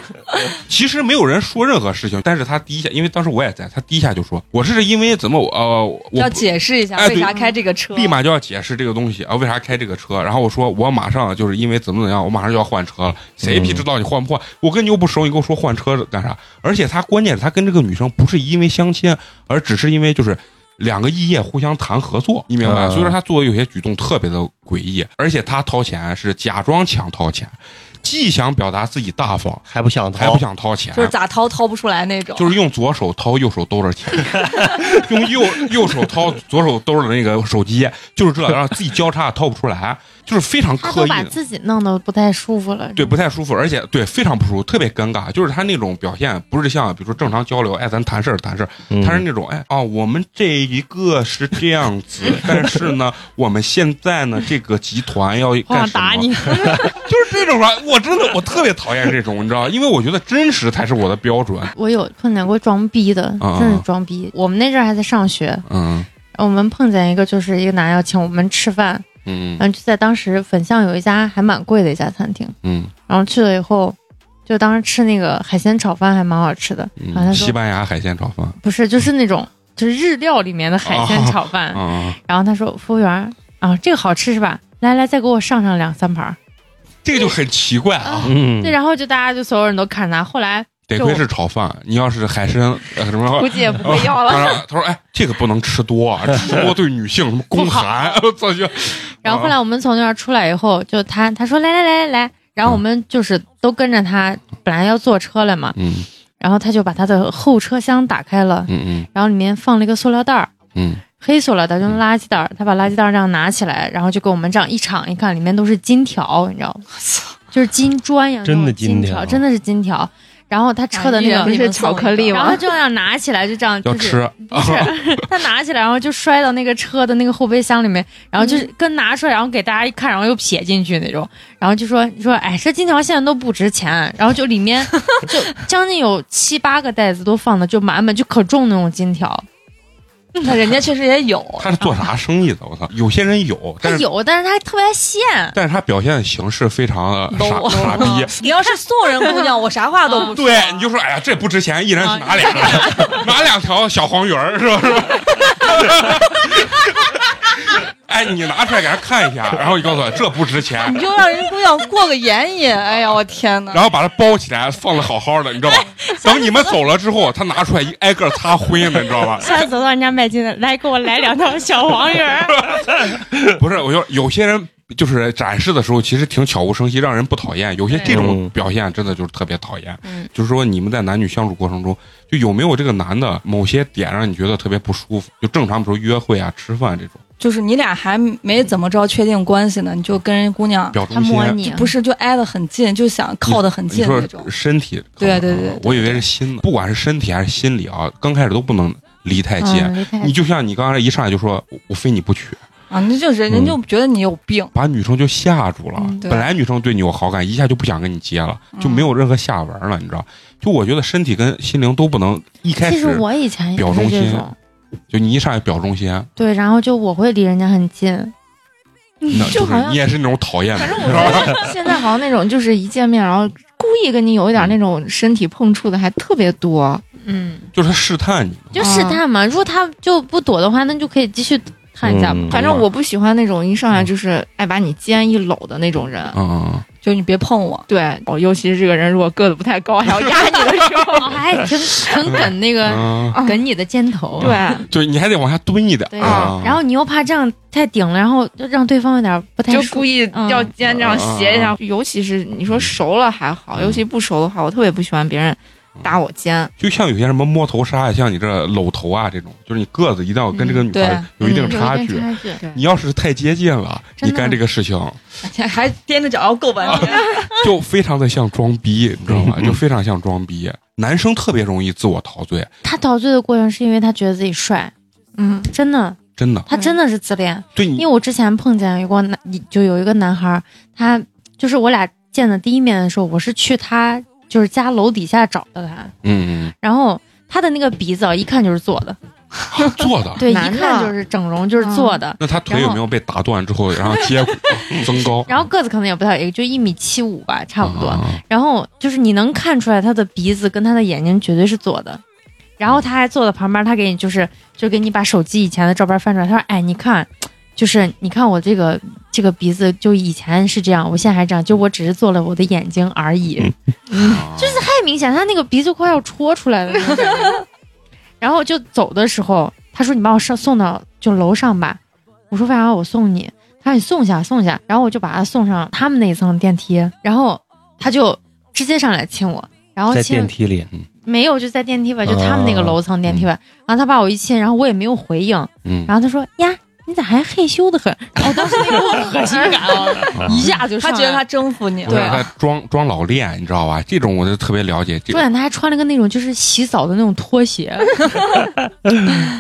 Speaker 1: 其实没有人说任何事情，但是他第一下，因为当时我也在，他第一下就说我这是因为怎么我呃我
Speaker 3: 要
Speaker 1: 不
Speaker 3: 解释一下
Speaker 1: 哎
Speaker 3: 为啥
Speaker 1: 对
Speaker 3: 开这个车，
Speaker 1: 立马就要解释这个东西啊，为啥开这个车？然后我说我马上就是因为怎么怎么样，我马上就要换车了，谁
Speaker 4: 嗯
Speaker 1: 皮知道你换不换？我跟你又不熟，你跟我说换车干啥？而且他关键是他跟这个女生不是因为相亲，而只是因为就是。两个异业互相谈合作，你明白吧？
Speaker 4: 嗯
Speaker 1: 所以说他做的有些举动特别的诡异，而且他掏钱是假装想掏钱，既想表达自己大方，
Speaker 4: 还不想
Speaker 1: 还不
Speaker 4: 逃，
Speaker 1: 想掏钱，
Speaker 3: 就是咋掏掏不出来那种，
Speaker 1: 就是用左手掏，右手兜着钱， 用右右手掏，左手兜着那个手机，就是这，然后自己交叉掏不出来，就是非常
Speaker 7: 他
Speaker 1: 刻
Speaker 7: 都
Speaker 1: 意
Speaker 7: 把
Speaker 1: 的。
Speaker 7: 自己弄得不太舒服了。
Speaker 1: 对，不太舒服，而且对非常不舒服，特别尴尬。就是他那种表现，不是像比如说正常交流，哎，咱谈事儿谈事儿，
Speaker 4: 嗯
Speaker 1: 他是那种哎啊、我们这一个是这样子，但是呢，我们现在呢，这个集团要
Speaker 7: 好
Speaker 1: 干
Speaker 7: 想
Speaker 1: 什么？
Speaker 7: 打你，
Speaker 1: 就是这种啊，我真的我特别讨厌这种，你知道吧，因为我觉得真实才是我的标准。
Speaker 7: 我有碰见过装逼的，
Speaker 1: 啊
Speaker 7: 真的装逼。我们那阵儿还在上学，
Speaker 1: 嗯
Speaker 7: 我们碰见一个就是一个男要请我们吃饭，
Speaker 1: 嗯
Speaker 7: 然后就在当时粉巷有一家还蛮贵的一家餐厅，
Speaker 1: 嗯
Speaker 7: 然后去了以后，就当时吃那个海鲜炒饭还蛮好吃的，然后他
Speaker 1: 嗯，西
Speaker 7: 说
Speaker 1: 班牙海鲜炒饭。
Speaker 7: 不是，就是那种就是日料里面的海鲜炒饭，
Speaker 1: 啊，
Speaker 7: 然后他说服务员儿啊，这个好吃是吧？来来，再给我上上两三盘儿。
Speaker 1: 这个就很奇怪啊。
Speaker 4: 嗯
Speaker 7: 对，，然后就大家就所有人都看他，后来
Speaker 1: 得亏是炒饭，你要是海参呃什么，
Speaker 6: 估计也不会要了。
Speaker 1: 他说他说哎，这个不能吃多，啊，吃多对女性什么宫寒， 我操就。啊
Speaker 7: 然
Speaker 4: 哦
Speaker 7: 后后来我们从那儿出来以后，就他他说来来来来来，然后我们就是都跟着他，本来要坐车了嘛，
Speaker 1: 嗯
Speaker 7: 然后他就把他的后车厢打开了，
Speaker 1: 嗯
Speaker 7: 然后里面放了一个塑料袋儿，
Speaker 1: 嗯嗯
Speaker 7: 黑塑料袋儿就是垃圾袋儿，他把垃圾袋儿这样拿起来，然后就给我们这样一敞一看，里面都是金条，你知道吗？就是金砖呀，
Speaker 4: 真的
Speaker 7: 那种金
Speaker 4: 金条
Speaker 7: 真的是金条。然后他车的那
Speaker 3: 哎
Speaker 7: 个
Speaker 3: 一人给你
Speaker 8: 不是
Speaker 3: 们送一
Speaker 8: 巧
Speaker 3: 个
Speaker 8: 克力
Speaker 7: 然后
Speaker 8: 吗？
Speaker 7: 就那样拿起来，就这样，
Speaker 1: 要
Speaker 7: 就是
Speaker 1: 吃
Speaker 7: 不 是他拿起来，然后就摔到那个车的那个后备箱里面，然后就是跟拿出来，然后给大家一看，然后又撇进去那种，然后就说你说哎，这金条现在都不值钱，然后就里 面就将近有七八个袋子都放的就满满就可重那种金条，
Speaker 3: 那人家确实也 有，
Speaker 1: 他是做啥生意的？我操，有些人有，
Speaker 7: 他
Speaker 1: 但是
Speaker 7: 有，但是他特别 现，
Speaker 1: 但是他表现的形式非常的傻
Speaker 3: low
Speaker 1: 傻逼。
Speaker 3: 你要是送人姑娘，我啥话都不说。
Speaker 1: 对，你就说，哎呀，这不值钱，一人
Speaker 7: 啊？
Speaker 1: 拿俩，拿两条小黄鱼儿，是不是？ 哎，你拿出来给他看一下，然后你告诉我这不值钱，
Speaker 3: 你就让人姑娘过个眼瘾。哎呀，我天哪！
Speaker 1: 然后把它包起来，放的好好的，你知道吧？等你们走了之后，他拿出来一挨个擦灰呢，你知道吧
Speaker 7: 下次走到人家卖金的，来给我来两条小黄鱼 儿，
Speaker 1: 不是，我就有些人就是展示的时候，其实挺悄无声息，让人不讨厌。有些这种
Speaker 4: 嗯
Speaker 1: 表现真的就是特别讨厌。
Speaker 3: 嗯
Speaker 1: 就是说，你们在男女相处过程中，就有没有这个男的某些点让你觉得特别不舒服？就正常比如说约会啊、吃饭这种，
Speaker 3: 就是你俩还没怎么着确定关系呢，你就跟人姑娘
Speaker 1: 表
Speaker 7: 他
Speaker 1: 忠心啊
Speaker 7: 摸。你，
Speaker 3: 不是就挨得很近，就想靠得很
Speaker 1: 你
Speaker 3: 近
Speaker 1: 说
Speaker 3: 那种。
Speaker 1: 身体？
Speaker 3: 对对对
Speaker 1: 啊我以为是心呢。不管是身体还是心理啊，刚开始都不能离太近。
Speaker 7: 嗯，离开
Speaker 1: 哎你就像你刚才一上来就说，我我非你不娶。
Speaker 3: 啊，那就是人
Speaker 4: 嗯
Speaker 3: 家就觉得你有病。
Speaker 1: 把女生就吓住了。
Speaker 7: 嗯
Speaker 3: 对
Speaker 1: 本来女生对你有好感，一下就不想跟你接了，就没有任何下文了，你知道？就我觉得身体跟心灵都不能一开
Speaker 7: 其
Speaker 1: 始
Speaker 7: 实我以前也
Speaker 1: 表
Speaker 7: 是
Speaker 1: 忠
Speaker 7: 这
Speaker 1: 心
Speaker 7: 种，
Speaker 1: 就你一上来表忠心，
Speaker 7: 对，然后就我会离人家很近。
Speaker 1: 那
Speaker 8: 就是好像
Speaker 1: 你也是那种讨厌的
Speaker 8: 反
Speaker 1: 人
Speaker 8: 正。我觉得现在好像那种就是一见面，然后故意跟你有一点那种身体碰触的还特别多。
Speaker 7: 嗯，
Speaker 1: 就是他试探你，
Speaker 7: 就试
Speaker 8: 啊
Speaker 7: 探嘛。如果他就不躲的话，那就可以继续探一下嘛。
Speaker 4: 嗯
Speaker 8: 反正我不喜欢那种一上来就是爱把你肩一搂的那 种人。
Speaker 1: 嗯嗯嗯，
Speaker 3: 就你别 碰我，
Speaker 8: 对，哦，尤其是这个人如果个子不太高，还要压你的时候，
Speaker 7: 哦还挺挺梗那个
Speaker 1: 嗯，
Speaker 7: 梗你的肩头，
Speaker 8: 对，啊
Speaker 1: 就是你还得往下蹲一点。
Speaker 7: 啊对。
Speaker 1: 啊
Speaker 7: 然后你又怕这样太顶了，然后就让对方有点不太
Speaker 8: 就
Speaker 7: 舒服
Speaker 8: 故。意要肩这样斜一
Speaker 1: 嗯
Speaker 8: 下。尤其是你说熟了还好，
Speaker 1: 嗯嗯
Speaker 8: 尤其不熟的话，我特别不喜欢别人搭我肩，
Speaker 1: 就像有些什么摸头杀呀，像你这搂头啊这种，就是你个子一定要跟这个女孩
Speaker 3: 嗯
Speaker 1: 有一定
Speaker 8: 嗯
Speaker 1: 差
Speaker 6: 有一
Speaker 1: 距
Speaker 6: 定。差距。
Speaker 1: 你要是太接近了，
Speaker 7: 真
Speaker 1: 你
Speaker 7: 的
Speaker 1: 干这个事情
Speaker 3: 还踮着脚要够半天。
Speaker 1: 就非常的像装逼，你知道吗？就非常像装逼。男生特别容易自我陶醉，
Speaker 7: 他陶醉的过程是因为他觉得自己帅，
Speaker 6: 嗯，
Speaker 7: 真的，
Speaker 1: 真的
Speaker 7: 他真的是自恋。
Speaker 1: 对
Speaker 7: 因
Speaker 1: 你
Speaker 7: 为我之前碰见有过男，就有一个男孩儿，他就是我俩见的第一面的时候，我是去他就是家楼底下找的他，
Speaker 1: 嗯
Speaker 7: 然后他的那个鼻子啊一看就是做的，
Speaker 1: 嗯做的。
Speaker 7: 对，一
Speaker 8: 男的
Speaker 7: 看就是整容就是做的，
Speaker 1: 那他腿有没有被打断之后，然后接 骨增高？
Speaker 7: 然后个子可能也不太，也就一米七五吧，差不多。
Speaker 1: 啊
Speaker 7: 然后就是你能看出来他的鼻子跟他的眼睛绝对是做的，然后他还坐在旁边，他给你就是就给你把手机以前的照片翻出来，他说：“哎，你看，就是你看我这个这个鼻子，就以前是这样，我现在还这样，就我只是做了我的眼睛而已，嗯就是太明显，他那个鼻子快要戳出来了。那种感觉”然后就走的时候，他说：“你把我上送到就楼上吧。”我说：“为啥我送你？”他说：“你送一下，送一下。”然后我就把他送上他们那一层电梯，然后他就直接上来亲我，然后
Speaker 4: 在
Speaker 7: 亲
Speaker 4: 电梯里，
Speaker 7: 没有就在电梯外，就他们那个
Speaker 4: 啊
Speaker 7: 楼层电梯外。然后他把我一亲，然后我也没有回应，
Speaker 1: 嗯，
Speaker 7: 然后他说：“呀，你咋还害羞的很？”然后当时那种恶心感啊，一下就上
Speaker 3: 他
Speaker 7: 来
Speaker 3: 觉得他征服你啊
Speaker 1: 我让
Speaker 3: 了，
Speaker 1: 他装装老练，你知道吧？这种我就特别了解，这
Speaker 7: 重点他还穿了个那种就是洗澡的那种拖鞋，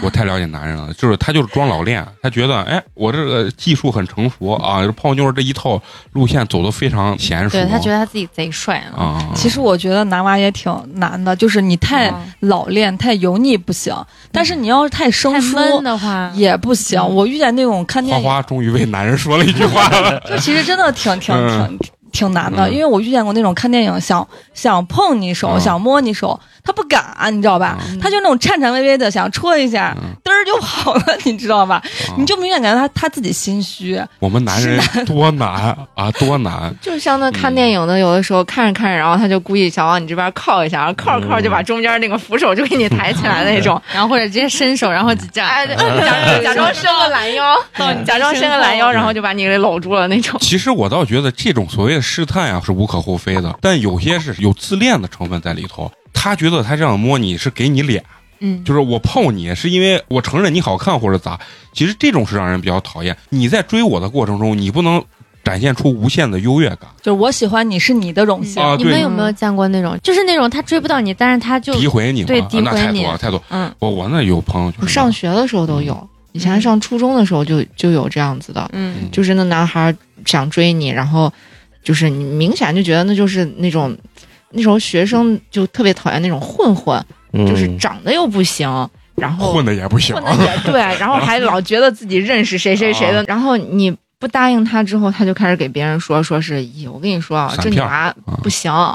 Speaker 1: 我太了解男人了，就是他就是装老练，他觉得哎，我这个技术很成熟啊，这泡妞这一套路线走的非常娴熟。
Speaker 7: 对他觉得他自己贼帅啊。
Speaker 1: 啊，
Speaker 3: 其实我觉得男娃也挺难的，就是你太
Speaker 7: 嗯
Speaker 3: 老练、太油腻不行，但是你要是太生
Speaker 7: 太闷啊嗯
Speaker 3: 疏
Speaker 7: 的话，
Speaker 3: 也不行。我遇见那种看
Speaker 1: 花
Speaker 3: 电影，
Speaker 1: 花终于为男人说了一句话 了，
Speaker 3: 就其实真的挺挺
Speaker 1: 嗯
Speaker 3: 挺挺难的，
Speaker 1: 嗯
Speaker 3: 因为我遇见过那种看电影想想碰你手、
Speaker 1: 嗯
Speaker 3: 想摸你手，他不敢，你知道吧？
Speaker 1: 嗯
Speaker 3: 他就那种颤颤巍巍的想戳一下，
Speaker 1: 嗯
Speaker 3: 嘚儿就跑了，你知道吧？你就明显感觉他他自己心虚，
Speaker 1: 啊我们男人多难啊，多 难！
Speaker 8: 就像那看
Speaker 1: 嗯
Speaker 8: 电影的，有的时候看着看着，然后他就故意想往你这边靠一下，然后靠着靠着就把中间那个扶手就给你抬起来那种，
Speaker 7: 然后或者直接伸手，
Speaker 1: 嗯
Speaker 7: 然后几站，
Speaker 8: 哎，对
Speaker 3: 嗯
Speaker 8: 假假装伸个懒腰，假装伸个懒腰，然后就把你给搂住了那种。
Speaker 1: 其实我倒觉得这种所谓的试探呀、啊是无可厚非的，但有些是有自恋的成分在里头。他觉得他这样摸你是给你脸，
Speaker 7: 嗯，
Speaker 1: 就是我碰你是因为我承认你好看或者咋，其实这种是让人比较讨厌。你在追我的过程中，你不能展现出无限的优越感
Speaker 3: 就是我喜欢你是你的荣幸。
Speaker 1: 啊，
Speaker 7: 你们
Speaker 1: 对，
Speaker 7: 有没有见过那种，就是那种他追不到你，但是他就
Speaker 1: 诋毁你嘛，
Speaker 7: 对
Speaker 1: 啊
Speaker 7: 诋毁
Speaker 1: 那太
Speaker 7: 你
Speaker 1: 多了太多。
Speaker 7: 嗯，
Speaker 1: 我我那有朋友就是
Speaker 8: 我上学的时候都有，以前上初中的时候就就有这样子的，
Speaker 7: 嗯
Speaker 8: 就是那男孩想追你，然后就是你明显就觉得那就是那种。那时候学生就特别讨厌那种混混，就是
Speaker 4: 嗯
Speaker 8: 长得又不行，然后
Speaker 1: 混的也不行
Speaker 8: 混，的也对， 然后还老觉得自己认识谁谁谁
Speaker 1: 啊
Speaker 8: 的，然后你不答应他之后，他就开始给别人说，说是，咦，我跟你说啊，
Speaker 1: 闪
Speaker 8: 这女
Speaker 1: 片儿
Speaker 8: 娃不行，
Speaker 1: 啊，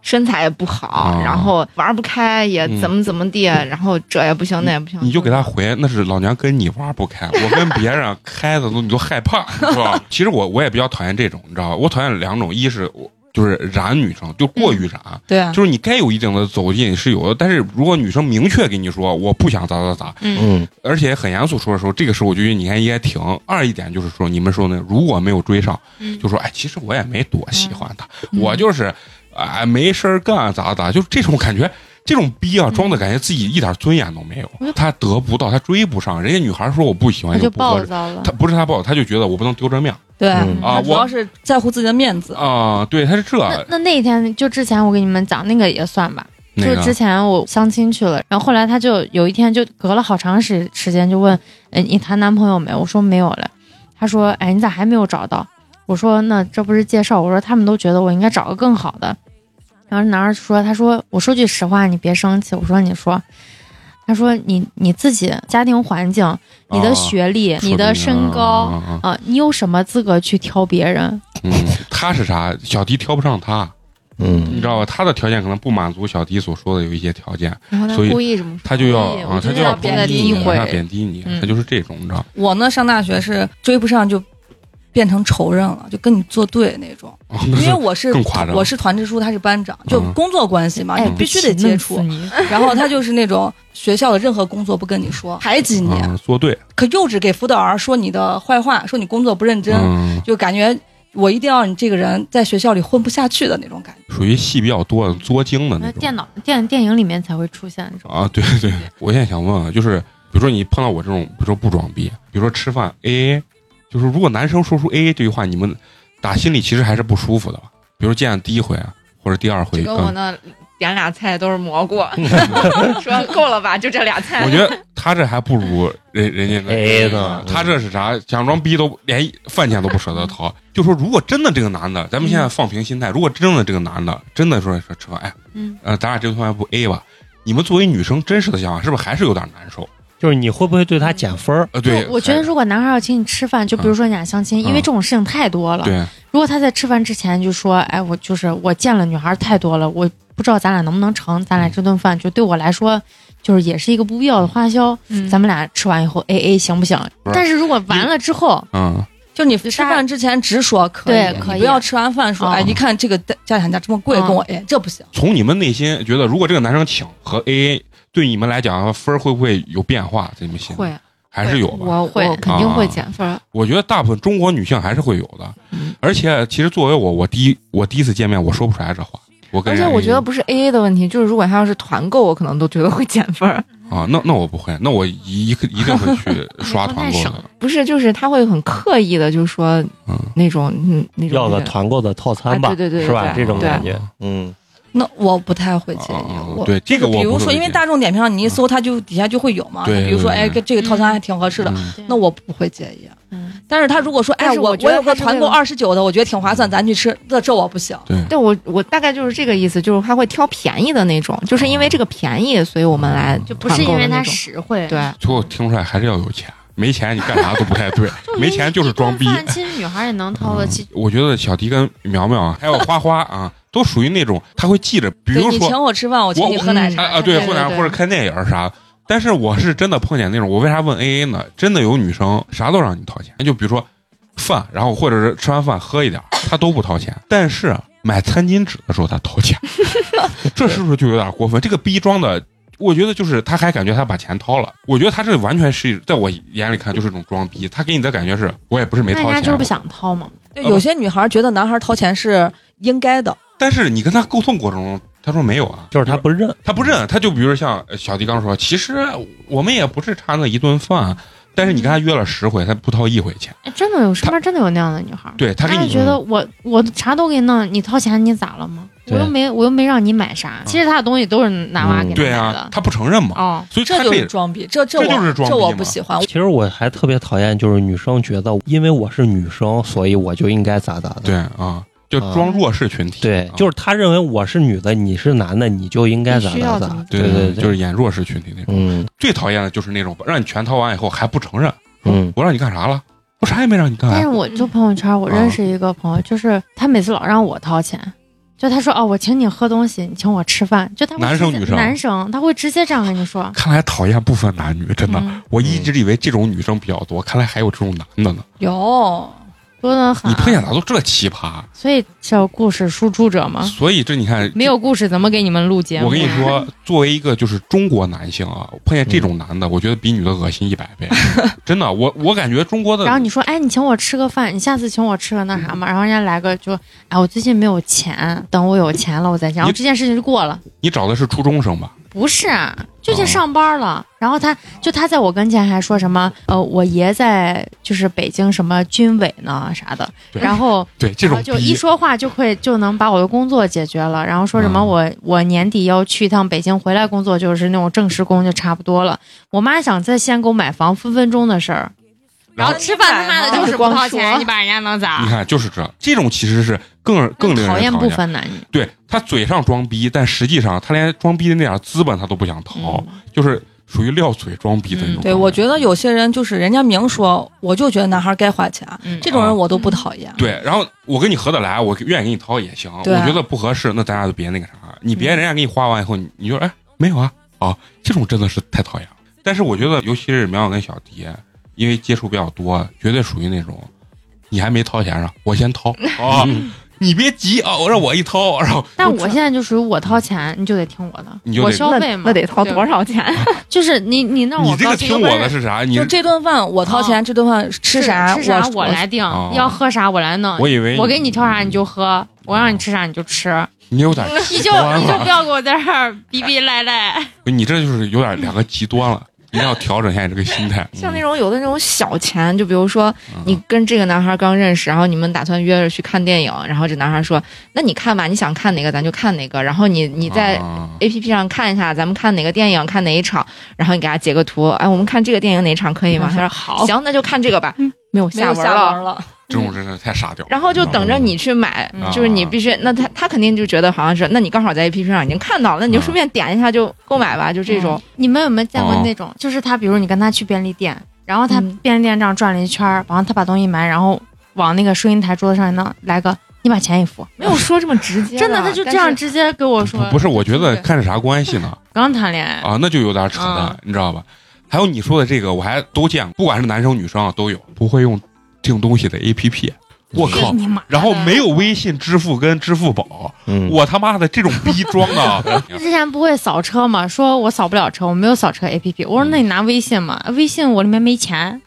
Speaker 8: 身材也不好
Speaker 1: 啊，
Speaker 8: 然后玩不开，也
Speaker 1: 嗯
Speaker 8: 怎么怎么地，然后这也不行，那也不行，
Speaker 1: 你就给他回，那是老娘跟你玩不开，我跟别人开的都你都害怕，是吧？ 其实我我也比较讨厌这种，你知道吧？我讨厌两种，一是我就是燃女生，就过于燃。
Speaker 3: 对啊，
Speaker 1: 就是你该有一定的走近是有的，但是如果女生明确跟你说我不想咋咋咋，
Speaker 4: 嗯，
Speaker 1: 而且很严肃说的时候，这个时候我就觉得你还应该停。二一点就是说，你们说呢？如果没有追上，
Speaker 7: 嗯
Speaker 1: 就说哎，其实我也没多喜欢他，我就是啊、没事儿干咋咋，就是这种感觉。这种逼啊，装的感觉自己一点尊严都没有，他得不到，他追不上，人家女孩说我不喜
Speaker 7: 他
Speaker 1: 欢
Speaker 7: 就
Speaker 1: 不合
Speaker 7: 暴
Speaker 1: 适，
Speaker 7: 躁了
Speaker 1: 他。不是他暴，他就觉得我不能丢这面儿
Speaker 3: 对啊
Speaker 4: 嗯
Speaker 1: 啊
Speaker 3: 他主要
Speaker 1: 我
Speaker 3: 是在乎自己的面子。
Speaker 1: 啊，对，他是这
Speaker 7: 那那那一天就之前我给你们讲那个也算吧，
Speaker 1: 那
Speaker 7: 就是之
Speaker 1: 个
Speaker 7: 前我相亲去了，然后后来他就有一天就隔了好长时时间就问，哎，你谈男朋友没？我说没有了。他说，哎，你咋还没有找到？我说那这不是介绍？我说他们都觉得我应该找个更好的。然后男孩说，他说我说句实话，你别生气。我说你说，他说你你自己家庭环境、你的
Speaker 1: 啊
Speaker 7: 学历、
Speaker 1: 说
Speaker 7: 你的
Speaker 1: 明
Speaker 7: 身高
Speaker 1: 啊啊啊
Speaker 7: 啊，你有什么资格去挑别人？
Speaker 1: 嗯，他是啥？小迪挑不上他，
Speaker 4: 嗯
Speaker 1: 你知道吧？他的条件可能不满足小迪所说的有一些条件，
Speaker 8: 然后他
Speaker 1: 所以
Speaker 8: 故意这么说，
Speaker 1: 他就要
Speaker 8: 故意
Speaker 1: 啊
Speaker 8: 我，
Speaker 1: 他
Speaker 8: 觉
Speaker 1: 就
Speaker 8: 得
Speaker 1: 要
Speaker 8: 变得
Speaker 1: 贬低
Speaker 8: 诋
Speaker 1: 你，
Speaker 8: 毁
Speaker 1: 他。贬低你，
Speaker 7: 嗯
Speaker 1: 他就是这种，你知道？
Speaker 3: 我呢，上大学是追不上就变成仇人了，就跟你作对那种。
Speaker 1: 哦 那
Speaker 3: 因
Speaker 1: 是
Speaker 3: 为我是
Speaker 1: 更夸张
Speaker 3: 我是团支书，他是班长，就
Speaker 1: 嗯
Speaker 3: 工作关系嘛，
Speaker 7: 哎
Speaker 3: 你必须得接触。
Speaker 7: 弄死你！
Speaker 3: 然后他就是那种学校的任何工作不跟你说，排挤你，
Speaker 1: 啊，作对，
Speaker 3: 可幼稚给辅导员说你的坏话，说你工作不认真，
Speaker 1: 嗯，
Speaker 3: 就感觉我一定要你这个人在学校里混不下去的那种感觉。
Speaker 1: 属于戏比较多的、作精的那
Speaker 7: 那
Speaker 1: 种。
Speaker 7: 电脑电电影里面才会出现这种。
Speaker 1: 啊，对对，我现在想问啊，就是比如说你碰到我这种，比如说不装逼，比如说吃饭 A A，就是如果男生说出 A A 这句话，你们打心里其实还是不舒服的吧？比如见了第一回啊，或者第二回，
Speaker 8: 就跟我
Speaker 1: 嗯，
Speaker 8: 那点俩菜都是 蘑菇，说够了吧，就这俩菜。
Speaker 1: 我觉得他这还不如人人家
Speaker 4: AA 呢
Speaker 1: 他这是啥？假装逼都连饭钱都不舍得掏。就说如果真的这个男的，咱们现在放平心态，如果真的这个男的真的说说吃饭，哎，
Speaker 7: 嗯，
Speaker 1: 呃，咱俩这顿饭要不 A 吧？你们作为女生真实的想法是不是还是有点难受？
Speaker 4: 就是你会不会对他减分儿？
Speaker 1: 呃，对，
Speaker 7: 就我觉得
Speaker 1: 还嗯
Speaker 7: 如果男孩要请你吃饭，就比如说你俩相亲，因为这种事情太多了。
Speaker 1: 对。
Speaker 7: 如果他在吃饭之前就说：“哎，我就是我见了女孩太多了，我不知道咱俩能不能成，咱
Speaker 1: 嗯
Speaker 7: 俩这顿饭就对我来说，就是也是一个不必要的花销。
Speaker 6: 嗯
Speaker 7: 咱们俩吃完以后 A A 行不行？”
Speaker 1: 不是
Speaker 7: 但是如果完了之后，
Speaker 1: 嗯，
Speaker 3: 就你吃饭之前直说可以，
Speaker 7: 对可
Speaker 3: 你
Speaker 7: 以
Speaker 3: 不要吃完饭说，
Speaker 7: 哦
Speaker 3: 哎，一看这个价钱价这么贵，
Speaker 7: 嗯
Speaker 3: 跟我哎这不行。
Speaker 1: 从你们内心觉得，如果这个男生请和 AA，对你们来讲分儿会不会有变化？在你们心里
Speaker 8: 会
Speaker 1: 还是有吧？
Speaker 8: 我
Speaker 7: 会
Speaker 8: 我肯定会
Speaker 1: 啊
Speaker 8: 减分儿。
Speaker 1: 我觉得大部分中国女性还是会有的。
Speaker 8: 嗯
Speaker 1: 而且，其实作为我，我第一我第一次见面，我说不出来这话。我跟
Speaker 8: 而且
Speaker 1: 人家
Speaker 8: 我觉得不是 A A 的问题，就是如果他要是团购，我可能都觉得会减分儿。
Speaker 1: 啊，那那我不会，那我一一一定会去刷团购
Speaker 7: 你不太
Speaker 1: 的
Speaker 7: 省。
Speaker 8: 不是，就是他会很刻意的，就是说
Speaker 1: 嗯
Speaker 8: 那种嗯那种
Speaker 4: 要个
Speaker 8: 那种
Speaker 4: 团购的套餐吧，
Speaker 8: 啊对对对
Speaker 4: 是吧？
Speaker 8: 对
Speaker 4: 这种
Speaker 8: 对
Speaker 4: 感觉，嗯，
Speaker 3: 那我不太会介意，
Speaker 1: 啊
Speaker 3: 我。
Speaker 1: 对这个我
Speaker 3: 比如
Speaker 1: 不
Speaker 3: 说，
Speaker 1: 会
Speaker 3: 因为
Speaker 1: 介意
Speaker 3: 大众点评上你一搜，它就底下就会有嘛。
Speaker 1: 对
Speaker 3: 比如说，
Speaker 1: 对
Speaker 3: 哎，
Speaker 1: 对
Speaker 3: 这个套餐还挺合适的，
Speaker 1: 嗯
Speaker 3: 那我不会介意。啊
Speaker 7: 嗯，
Speaker 3: 但是他如果说，哎，
Speaker 8: 但是
Speaker 3: 我
Speaker 8: 我觉得
Speaker 3: 有个
Speaker 8: 他是
Speaker 3: 团
Speaker 8: 为
Speaker 3: 购
Speaker 8: 了
Speaker 3: 二十九的，我觉得挺划
Speaker 1: 嗯
Speaker 3: 算，咱去吃，那这我不行。
Speaker 8: 对我，我大概就是这个意思，就是他会挑便宜的那种，就是
Speaker 1: 哦
Speaker 8: 因为这个便宜，所以我们来
Speaker 7: 就不是
Speaker 8: 团购
Speaker 7: 因
Speaker 8: 的
Speaker 7: 为
Speaker 8: 那
Speaker 7: 他
Speaker 8: 种
Speaker 7: 实惠，
Speaker 8: 对，
Speaker 1: 最后听出来还是要有钱，没钱你干啥都不太对，没钱就是装逼
Speaker 7: 一。顿饭其实女孩也能掏得起。
Speaker 1: 我觉得小迪跟苗苗啊，还有花花啊，都属于那种他会记着，比
Speaker 3: 对
Speaker 1: 如
Speaker 3: 你
Speaker 1: 说
Speaker 3: 请我吃饭，我请
Speaker 1: 我
Speaker 3: 你喝奶
Speaker 7: 嗯
Speaker 1: 啊
Speaker 3: 茶。
Speaker 1: 啊，对，
Speaker 8: 对
Speaker 1: 喝
Speaker 8: 对
Speaker 1: 奶
Speaker 8: 对
Speaker 1: 或者看电影儿啥。但是我是真的碰见那种，我为啥问 A A 呢？真的有女生啥都让你掏钱，就比如说饭，然后或者是吃完饭喝一点儿，她都不掏钱，但是买餐巾纸的时候她掏 钱，这是不是就有点过分？这个逼装的，我觉得就是他还感觉他把钱掏了，我觉得他这完全是在我眼里看就是一种装逼，他给你的感觉是我也不是没
Speaker 7: 那人
Speaker 1: 掏
Speaker 7: 家
Speaker 1: 钱
Speaker 7: 就，是不想掏嘛，
Speaker 3: 对，有些女孩觉得男孩掏钱是应该的，
Speaker 1: 但是你跟他沟通过程中，他说没有啊，
Speaker 4: 就是他不认，
Speaker 1: 他不认，他就比如像呃小迪刚说，其实我们也不是差那一顿饭，啊但是你跟他约了十回，他不掏一回钱，
Speaker 7: 哎真的有身边真的有那样的女孩。
Speaker 1: 对他给
Speaker 7: 就
Speaker 1: 你
Speaker 7: 觉得我我啥都给你弄，你掏钱你咋了吗？我又
Speaker 4: 对
Speaker 7: 没我又没让你买啥，其实他的东西都是男娃
Speaker 4: 嗯
Speaker 7: 给他
Speaker 1: 嗯对
Speaker 7: 买
Speaker 1: 啊
Speaker 7: 的，。
Speaker 1: 他不承认嘛，
Speaker 7: 哦，
Speaker 1: 所以他
Speaker 3: 这就
Speaker 1: 这
Speaker 3: 是装逼，这这
Speaker 1: 这就
Speaker 3: 我
Speaker 1: 是装逼
Speaker 3: 我
Speaker 1: 嘛
Speaker 3: 不喜欢。
Speaker 4: 其实我还特别讨厌，就是女生觉得因为我是女生，所以我就应该咋咋的。
Speaker 1: 对啊，就装弱势群体，
Speaker 4: 嗯对
Speaker 1: 啊
Speaker 4: 就是他认为我是女的，你是男的，你就应该咋
Speaker 8: 必须
Speaker 4: 咋
Speaker 8: 要怎么
Speaker 4: 咋
Speaker 8: 怎。
Speaker 1: 对
Speaker 4: 对对，
Speaker 1: 就是演弱势群体那种。
Speaker 4: 嗯
Speaker 1: 最讨厌的就是那种让你全掏完以后还不承认，
Speaker 4: 嗯，
Speaker 1: 我让你干啥了？我啥也没让你干
Speaker 7: 但
Speaker 1: 啊
Speaker 7: 是。我就朋友圈，我
Speaker 1: 嗯
Speaker 7: 认识一个朋友，就是他每次老让我掏钱，就他说哦，我请你喝东西，你请我吃饭，就他会
Speaker 1: 男生
Speaker 7: 直接
Speaker 1: 女生
Speaker 7: 男生他会直接这样跟你说，
Speaker 1: 看来讨厌不分男女，真的，
Speaker 7: 嗯，
Speaker 1: 我一直以为这种女生比较多，看来还有这种男的呢。
Speaker 3: 有，
Speaker 7: 多得很
Speaker 1: 你
Speaker 7: 啊。
Speaker 1: 碰见咋都这奇葩？
Speaker 7: 所以叫故事输出者嘛，
Speaker 1: 所以这你看，
Speaker 7: 啊没有故事怎么给你们录节目？
Speaker 1: 我跟你， 说，作为一个就是中国男性啊，碰见这
Speaker 3: 嗯
Speaker 1: 种男的，我觉得比女的恶心一百倍，真的。我我感觉中国的，
Speaker 7: 然后你说哎，你请我吃个饭，你下次请我吃个那啥
Speaker 1: 嗯
Speaker 7: 嘛，然后人家来个就哎，我最近没有钱，等我有钱了我再讲，然后
Speaker 1: 你
Speaker 7: 这件事情就过了。
Speaker 1: 你找的是初中生吧？
Speaker 7: 不是啊，就去上班了。
Speaker 1: 哦
Speaker 7: 然后他就他在我跟前还说什么，呃，我爷在就是北京什么军委呢啥的。
Speaker 1: 对
Speaker 7: 然后
Speaker 1: 对，这
Speaker 7: 然
Speaker 1: 种
Speaker 7: 后就一
Speaker 1: 逼
Speaker 7: 说话就会就能把我的工作解决了。然后说什么
Speaker 1: 嗯
Speaker 7: 我、我年底要去一趟北京，回来工作就是那种正式工就差不多了。我妈想在西安给我买房，分分钟的事儿。
Speaker 1: 然后
Speaker 7: 吃饭他妈的就是不掏钱，你把人家能
Speaker 1: 你
Speaker 7: 咋？
Speaker 1: 看就是这，这种其实是更更令人
Speaker 7: 嗯讨
Speaker 1: 讨
Speaker 7: 厌不分男女。
Speaker 1: 对他嘴上装逼，但实际上他连装逼的那点资本他都不想掏，
Speaker 7: 嗯
Speaker 1: 就是属于撂嘴装逼的那种。
Speaker 7: 嗯
Speaker 3: 对我觉得有些人就是人家明说，我就觉得男孩该花钱，
Speaker 7: 嗯
Speaker 3: 这种人我都不讨厌。
Speaker 1: 啊对，然后我跟你合得来，我愿意给你掏也行。我
Speaker 3: 对啊
Speaker 1: 觉得不合适，那咱俩就别那个啥，你
Speaker 7: 嗯
Speaker 1: 别人家给你花完以后，你你就哎没有啊，啊，这种真的是太讨厌了。但是我觉得，尤其是苗苗跟小迪，因 为接触比较多，绝对属于那种，你还没掏钱上，我先掏啊，你别急啊，我让我一掏，然后
Speaker 7: 但我现在就属于我掏钱，你就得听我的，
Speaker 1: 你就得
Speaker 7: 我消费嘛，
Speaker 6: 那得掏多少钱？
Speaker 7: 就是你你让我
Speaker 1: 你这
Speaker 7: 高
Speaker 1: 个
Speaker 7: 兴
Speaker 1: 听
Speaker 7: 有
Speaker 1: 我
Speaker 7: 本
Speaker 1: 的
Speaker 7: 事
Speaker 1: 是啥？你
Speaker 3: 就这顿饭我掏钱，这顿饭吃啥
Speaker 7: 吃啥
Speaker 3: 我
Speaker 7: 我来定
Speaker 1: 哦，
Speaker 7: 要喝啥我来弄，
Speaker 1: 我以为嗯
Speaker 7: 我给你挑啥你就喝，我让你吃啥你就吃，
Speaker 1: 你有点
Speaker 7: 你
Speaker 1: 极
Speaker 7: 就
Speaker 1: 端
Speaker 7: 你就不
Speaker 1: 了，
Speaker 7: 要给我在这儿逼逼赖赖。
Speaker 1: 你这就是有点两个极端了，一定要调整一下你这个心 态。嗯
Speaker 8: 像那种有的那种小钱，就比如说你跟这个男孩刚认识，然后你们打算约着去看电影，然后这男孩说：“那你看吧，你想看哪个咱就看哪个。”然后你你在
Speaker 1: 啊
Speaker 8: A P P 上看一下，咱们看哪个电影，看哪一场，然后你给他截个图，哎，我们看这个电影哪一场可以吗？他说
Speaker 7: 好
Speaker 8: 行，那就看这个吧，没有
Speaker 3: 没
Speaker 8: 下
Speaker 3: 有
Speaker 8: 文
Speaker 3: 下
Speaker 8: 了。
Speaker 3: 文了。
Speaker 1: 这种真的太傻屌了。
Speaker 8: 嗯然后就等着你去买，
Speaker 7: 嗯
Speaker 8: 就是你必须，那他他肯定就觉得好像是，那你刚好在 A P P 上已经看到了，那你就
Speaker 1: 啊
Speaker 8: 顺便点一下就购买吧，就这种。
Speaker 7: 你们有没有见过
Speaker 1: 哦
Speaker 7: 那种，就是他，比如你跟他去便利店，然后他
Speaker 8: 嗯
Speaker 7: 便利店这样转了一圈儿，然后他把东西买，然后往那个收银台桌子上一弄，来个你把钱一付，
Speaker 8: 没有说这么直接，
Speaker 7: 真的他就这样。直接跟我说，
Speaker 1: 不不是，我觉得
Speaker 7: 对
Speaker 1: 看是啥关系呢？
Speaker 7: 刚谈恋爱，
Speaker 1: 啊，那就有点扯淡，
Speaker 7: 嗯
Speaker 1: 你知道吧？还有你说的这个，我还都见过，不管是男生女生啊，都有不会用订东西的 A P P，我
Speaker 8: 嗯
Speaker 1: 靠！
Speaker 7: 你妈的，
Speaker 1: 然后没有微信支付跟支付 宝，
Speaker 4: 嗯，
Speaker 1: 我他妈的这种逼装啊！
Speaker 7: 之前不会扫车嘛，说我扫不了车，我没有扫车 APP，我说
Speaker 1: 嗯
Speaker 7: 那你拿微信嘛，微信我里面没钱，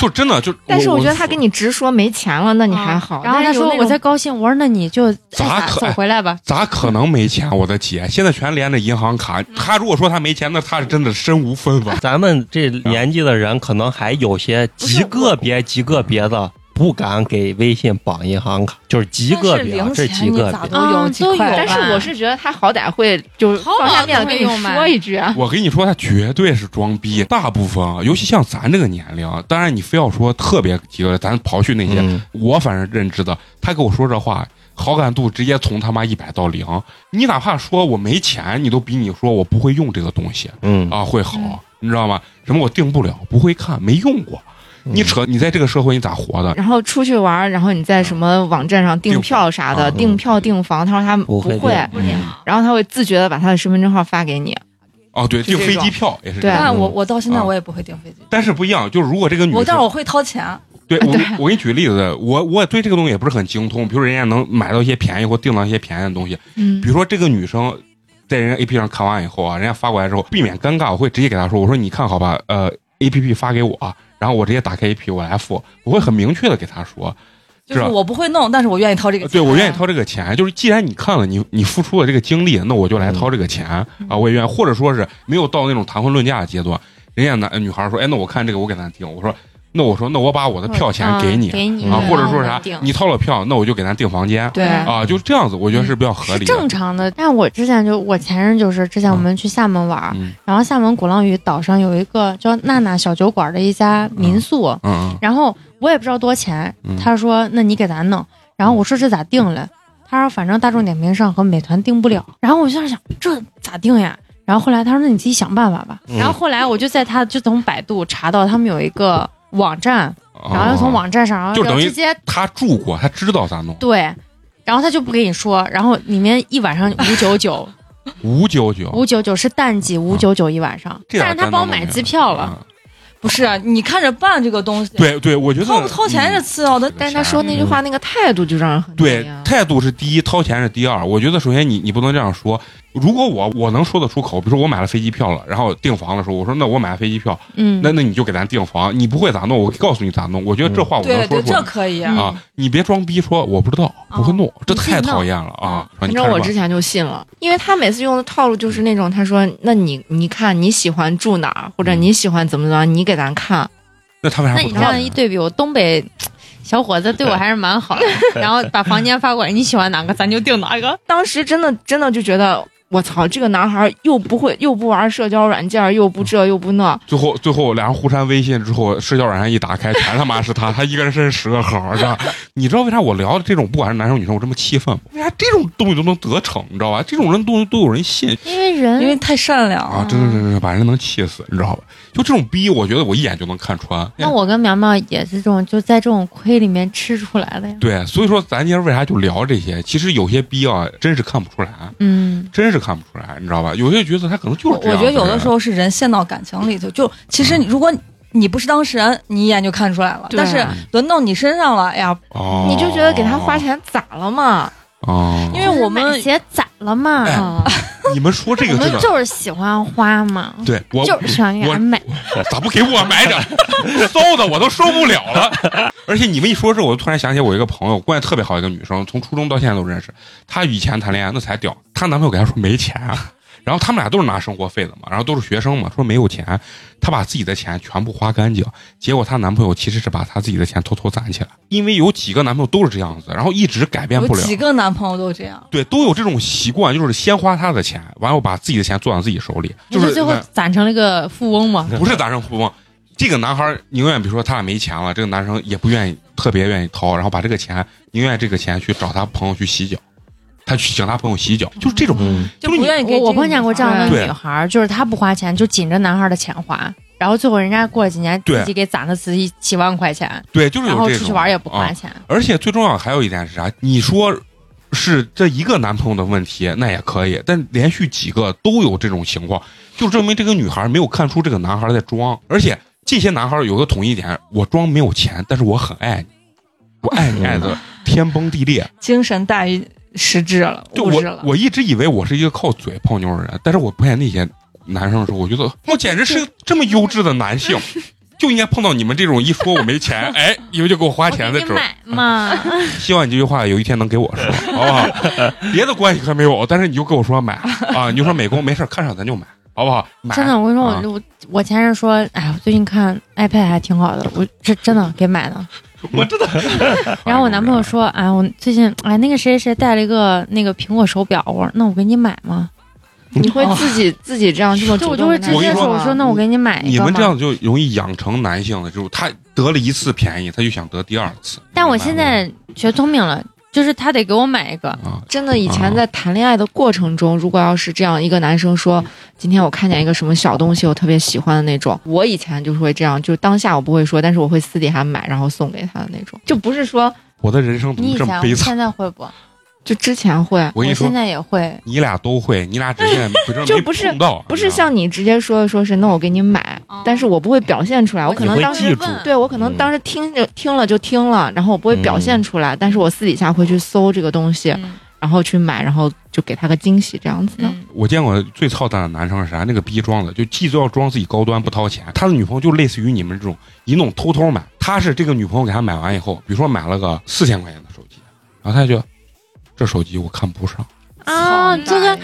Speaker 1: 就真的就，
Speaker 8: 但是
Speaker 1: 我
Speaker 8: 我觉得他给你直说没钱了，那你还好。
Speaker 7: 啊嗯然后他
Speaker 8: 但是有
Speaker 7: 说
Speaker 8: 那
Speaker 7: 我
Speaker 8: 种
Speaker 7: 才高兴，我说那你就
Speaker 1: 咋
Speaker 7: 哎
Speaker 1: 可
Speaker 7: 走回来吧，
Speaker 1: 咋可能没钱？我的姐，现在全连着银行卡。
Speaker 8: 嗯
Speaker 1: 他如果说他没钱，那他是真的身无分文。
Speaker 4: 咱们这年纪的人，可能还有些极个别、极个别的不敢给微信绑银行卡，就是极个别啊，
Speaker 3: 但是
Speaker 4: 这极
Speaker 3: 零钱
Speaker 4: 个
Speaker 3: 你咋
Speaker 4: 别。
Speaker 3: 都有
Speaker 7: 啊
Speaker 3: 几
Speaker 7: 都有
Speaker 3: 块
Speaker 8: 但
Speaker 3: 吧，
Speaker 8: 是
Speaker 1: 嗯
Speaker 8: 我是觉得他好歹会就是
Speaker 7: 淘宝
Speaker 8: 放下面子
Speaker 7: 都
Speaker 8: 跟
Speaker 7: 会
Speaker 8: 你
Speaker 7: 用吗
Speaker 8: 说一句啊。
Speaker 1: 我跟你说，他绝对是装逼。大部分，啊，尤其像咱这个年龄啊，当然你非要说特别极端，咱刨去那些，
Speaker 4: 嗯，
Speaker 1: 我反正认知的，他跟我说这话，好感度直接从他妈一百到零。你哪怕说我没钱，你都比你说我不会用这个东西
Speaker 4: 嗯，
Speaker 1: 啊会好，你知道吗？什么我订不了，不会看，没用过。
Speaker 4: 嗯
Speaker 1: 你扯，你在这个社会你咋活的？
Speaker 8: 然后出去玩，然后你在什么网站上订
Speaker 1: 订
Speaker 8: 票啥的，
Speaker 4: 房
Speaker 8: 订票订房，他说他
Speaker 4: 不
Speaker 8: 嗯不
Speaker 4: 会
Speaker 8: 会，
Speaker 4: 这样
Speaker 8: 然后他会自觉的把他的身份证号发给你。
Speaker 1: 嗯哦，对，订飞机票也是这
Speaker 8: 对
Speaker 1: 样。
Speaker 3: 但我我到现在
Speaker 1: 啊
Speaker 3: 我也不会订飞机，
Speaker 1: 但是不一样，就是如果这个女
Speaker 3: 我但是
Speaker 1: 生，
Speaker 3: 我会掏钱。
Speaker 1: 对我我给你举个例子，我我对这个东西也不是很精通，比如人家能买到一些便宜或订到一些便宜的东西，
Speaker 8: 嗯
Speaker 1: 比，如说这个女生在人家 A P P 上看完以后啊，人家发过来之后，避免尴尬，我会直接给她说，我说你看好吧，呃，A P P 发给我、啊，然后我直接打开 A P P 我来付，我会很明确的给她说，
Speaker 3: 就是
Speaker 1: 是吧
Speaker 3: 我不会弄，但是我愿意掏这个
Speaker 1: 呃
Speaker 3: 钱。啊
Speaker 1: 对我愿意掏这个钱，就是既然你看了你你付出了这个精力，那我就来掏这个钱
Speaker 3: 嗯
Speaker 1: 啊，我也愿意，或者说是没有到那种谈婚论嫁的阶段，人家男女孩说，哎，那我看这个我给她订，我说那我说那我把
Speaker 3: 哦
Speaker 1: 我的票钱给你
Speaker 7: 嗯给你嗯
Speaker 1: 啊，
Speaker 7: 对
Speaker 1: 或者说
Speaker 7: 然后
Speaker 1: 啥
Speaker 7: 我定
Speaker 1: 你掏了票，那我就给咱订房间
Speaker 8: 对
Speaker 1: 啊，就这样子，我觉得是比较合
Speaker 7: 是
Speaker 1: 理啊的，
Speaker 7: 正常的。但我之前就我前任就是之前我们去厦门玩儿，
Speaker 1: 嗯
Speaker 7: 然后厦门鼓浪屿岛上有一个叫娜娜小酒馆的一家民宿，
Speaker 1: 嗯
Speaker 7: 然后我也不知道多少钱，
Speaker 1: 嗯，
Speaker 7: 他说那你给咱弄，然后我说这咋定了？他说反正大众点评上和美团定不了，然后我就在想这咋定呀？然后后来他说那你自己想办法吧。
Speaker 4: 嗯
Speaker 7: 然后后来我就在他就从百度查到他们有一个网站，
Speaker 1: 嗯
Speaker 7: 然后又从
Speaker 1: 哦
Speaker 7: 网站上，然
Speaker 1: 就
Speaker 7: 后
Speaker 1: 等于
Speaker 7: 直接
Speaker 1: 他住过，他知道咋弄。
Speaker 7: 对，然后他就不给你说，然后里面一晚上五 九九，
Speaker 1: 五九九，
Speaker 7: 五九九是淡季五九九一晚上，
Speaker 1: 哦这
Speaker 7: 但
Speaker 1: 俩
Speaker 7: 是他
Speaker 1: 单
Speaker 7: 帮我
Speaker 1: 弄
Speaker 7: 买
Speaker 1: 明白
Speaker 7: 机票了，。
Speaker 1: 嗯
Speaker 3: 不是啊你看着办这个东西，
Speaker 1: 对对，我觉得
Speaker 3: 掏不掏钱是
Speaker 1: 嗯
Speaker 3: 次要的，
Speaker 1: 这个
Speaker 8: 但是他
Speaker 1: 钱
Speaker 8: 说那句
Speaker 7: 嗯
Speaker 8: 话那个态度就让人很
Speaker 1: 对
Speaker 8: 呀
Speaker 1: 态度是第一，掏钱是第二。我觉得首先你你不能这样说。如果我我能说得出口，比如说我买了飞机票了，然后订房的时候，我说那我买了飞机票，
Speaker 7: 嗯，
Speaker 1: 那那你就给咱订房，你不会咋弄，我告诉你咋弄。我觉得这话我能
Speaker 3: 对
Speaker 1: 说
Speaker 3: 对，
Speaker 1: 出
Speaker 3: 这
Speaker 1: 来
Speaker 3: 可以啊。
Speaker 7: 嗯
Speaker 1: 啊，你别装逼说我不知道不会弄，这太讨厌了啊！说
Speaker 8: 反
Speaker 1: 你
Speaker 8: 正
Speaker 1: 看着
Speaker 8: 我
Speaker 1: 办
Speaker 8: 之前就信了，因为他每次用的套路就是那种，他说：“那你你看你喜欢住哪儿，或者你喜欢怎么怎么样，你给咱看。
Speaker 1: 那他为啥
Speaker 7: 嗯那
Speaker 1: 不
Speaker 7: 你
Speaker 1: 掏
Speaker 7: 这样一对比，我东北小伙子对我还是蛮好的，然后把房间发过来，你喜欢哪个咱就定哪个。”
Speaker 8: 当时真的真的就觉得，我操，这个男孩又不会又不玩社交软件，又不这又不那，
Speaker 1: 最后，最后俩人互删微信之后，社交软件一打开，全他妈是他，他一个人身十个号，是吧？ 你知道为啥我聊这种不管是男生女生，我这么气愤吗？为啥这种东西都能得逞？你知道吧？这种人都都有人信
Speaker 7: 因为人
Speaker 3: 因为太善良
Speaker 1: 嗯啊！
Speaker 3: 了，
Speaker 1: 真是真是把人能气死，你知道吧？就这种逼，我觉得我一眼就能看穿。
Speaker 7: 那我跟苗苗也是这种，就在这种亏里面吃出来的呀。
Speaker 1: 对，所以说咱今儿为啥就聊这些？其实有些逼啊，真是看不出来，啊
Speaker 7: 嗯，
Speaker 1: 真是看不出来，你知道吧？有些角色他可能就
Speaker 3: 我
Speaker 1: 是这
Speaker 3: 我
Speaker 1: 样
Speaker 3: 觉
Speaker 1: 的嗯
Speaker 3: 得
Speaker 1: 人。
Speaker 3: 有的时候是人陷到感情里头，就其实你如果你不是当事人，你一眼就看出来了。
Speaker 8: 对
Speaker 3: 但
Speaker 1: 嗯
Speaker 3: 是轮到你身上了，哎呀，
Speaker 1: 哦，
Speaker 8: 你就觉得给他花钱咋了嘛？
Speaker 1: 哦，
Speaker 3: 因为我们
Speaker 7: 买鞋咋了嘛？
Speaker 1: 哎
Speaker 8: 啊，
Speaker 1: 你们说这
Speaker 7: 我
Speaker 1: 个真
Speaker 7: 们
Speaker 1: 的，
Speaker 7: 就是喜欢花嘛，
Speaker 1: 对我
Speaker 7: 就是喜欢给
Speaker 1: 我
Speaker 7: 人买。
Speaker 1: 咋不给我买点儿？ 馊的我都受不了了。而且你们一说这，我就突然想起我一个朋友，关系特别好一个女生，从初中到现在都认识。她以前谈恋爱那才屌，她男朋友给她说没钱啊，然后他们俩都是拿生活费的嘛，然后都是学生嘛，说没有钱，她把自己的钱全部花干净。结果她男朋友其实是把她自己的钱偷偷攒起来，因为有几个男朋友都是这样子，然后一直改变
Speaker 3: 有
Speaker 1: 不了。
Speaker 3: 几个男朋友都这样，
Speaker 1: 对，都有这种习惯，就是先花她的钱，完后把自己的钱攥到自己手里，就是
Speaker 7: 你说最后攒成了个富翁嘛？
Speaker 1: 不是打上富翁，这个男孩儿宁愿比如说他俩没钱了，这个男生也不愿意特别愿意掏，然后把这个钱宁愿这个钱去找他朋友去洗脚，他去请他朋友洗脚，就是这种，
Speaker 4: 嗯，
Speaker 3: 就
Speaker 1: 就是
Speaker 3: 不
Speaker 1: 你
Speaker 3: 愿意给
Speaker 7: 我我
Speaker 3: 这个
Speaker 7: 碰见过这样的
Speaker 1: 对
Speaker 7: 女孩儿，就是她不花钱，就紧着男孩儿的钱花，然后最后人家过了几年
Speaker 1: 对
Speaker 7: 自己给攒了自己几万块钱，
Speaker 1: 对，就是有
Speaker 7: 然
Speaker 1: 这种。
Speaker 7: 后出去玩也不
Speaker 1: 啊
Speaker 7: 花钱。
Speaker 1: 而且最重要还有一点是啥？你说是这一个男朋友的问题，那也可以，但连续几个都有这种情况，就证明这个女孩没有看出这个男孩在装。而且这些男孩有个统一点：我装没有钱，但是我很爱你，我爱你爱的天崩地裂。
Speaker 3: 精神大于实质了，
Speaker 1: 就
Speaker 3: 物质
Speaker 1: 我
Speaker 3: 了。
Speaker 1: 我一直以为我是一个靠嘴泡妞的人，但是我碰见那些男生的时候，我觉得我简直是这么优质的男 性。就应该碰到你们这种一说我没钱，哎，你们就给我花
Speaker 7: 花
Speaker 1: 钱的
Speaker 7: 给
Speaker 1: 这
Speaker 7: 你
Speaker 1: 种。啊
Speaker 7: 买嘛，
Speaker 1: 希望你这句话有一天能给我说，好不好？别的关系可没有，但是你就跟我说买啊，你就说美工没事儿看上咱就买，好不好？买
Speaker 7: 真的，我跟你说，
Speaker 1: 啊
Speaker 7: 我我我前任说，哎，我最近看 iPad 还挺好的，我这真的给买的。
Speaker 1: 我真的。
Speaker 7: 然后我男朋友说，哎，我最近哎那个谁谁带了一个那个苹果手表，我说那我给你买吗？
Speaker 8: 你会自己自己这样 这么
Speaker 7: 就
Speaker 8: 主
Speaker 7: 哦我就
Speaker 8: 动
Speaker 7: 会
Speaker 8: 跟
Speaker 7: 直
Speaker 8: 他
Speaker 1: 我跟
Speaker 7: 接
Speaker 1: 你
Speaker 7: 说，
Speaker 1: 说
Speaker 7: 我说那我给你买一
Speaker 1: 你
Speaker 7: 个
Speaker 1: 们
Speaker 7: 嘛
Speaker 1: 这。样就容易养成男性的，就是他得了一次便宜，他就想得第二次。
Speaker 7: 但我
Speaker 1: 明白
Speaker 7: 现
Speaker 1: 吗
Speaker 7: 在学聪明了，就是他得给我买一个，
Speaker 1: 啊，
Speaker 8: 真的，以前在谈恋爱的过程中，如果要是这样一个男生说：“今天我看见一个什么小东西，我特别喜欢的那种。”我以前就是会这样，就是当下我不会说，但是我会私底下买，然后送给他的那种。就不是说，
Speaker 1: 我的人生怎
Speaker 7: 你
Speaker 1: 么
Speaker 7: 以
Speaker 1: 这么
Speaker 7: 前
Speaker 1: 悲惨？
Speaker 7: 现在会不？
Speaker 8: 就之前会，
Speaker 1: 我跟你说
Speaker 7: 现，在也会，
Speaker 1: 你俩都会，你俩只 是现在只
Speaker 8: 就是
Speaker 1: 没
Speaker 8: 不是
Speaker 1: 碰到，
Speaker 8: 不
Speaker 1: 你
Speaker 8: 是
Speaker 1: 知道吗
Speaker 8: 像你直接说的，说是那我给你买，但是我不会表现出来，哦我可
Speaker 4: 你
Speaker 8: 能
Speaker 4: 会
Speaker 8: 当时
Speaker 4: 记住，
Speaker 8: 对我可能当时听着听了就听了，然后我不会表现出来，但是我私底下会去搜这个东西，
Speaker 7: 嗯
Speaker 8: 然后去买，然后就给他个惊喜这样子的。
Speaker 7: 嗯，
Speaker 1: 我见过最操蛋的男生是啥？那个逼装的，就既都要装自己高端不掏钱，他的女朋友就类似于你们这种一弄偷偷买。他是这个女朋友给他买完以后，比如说买了个四千块钱的手机，然后他就这手机我看不上，
Speaker 7: 啊，
Speaker 6: 操
Speaker 7: 这个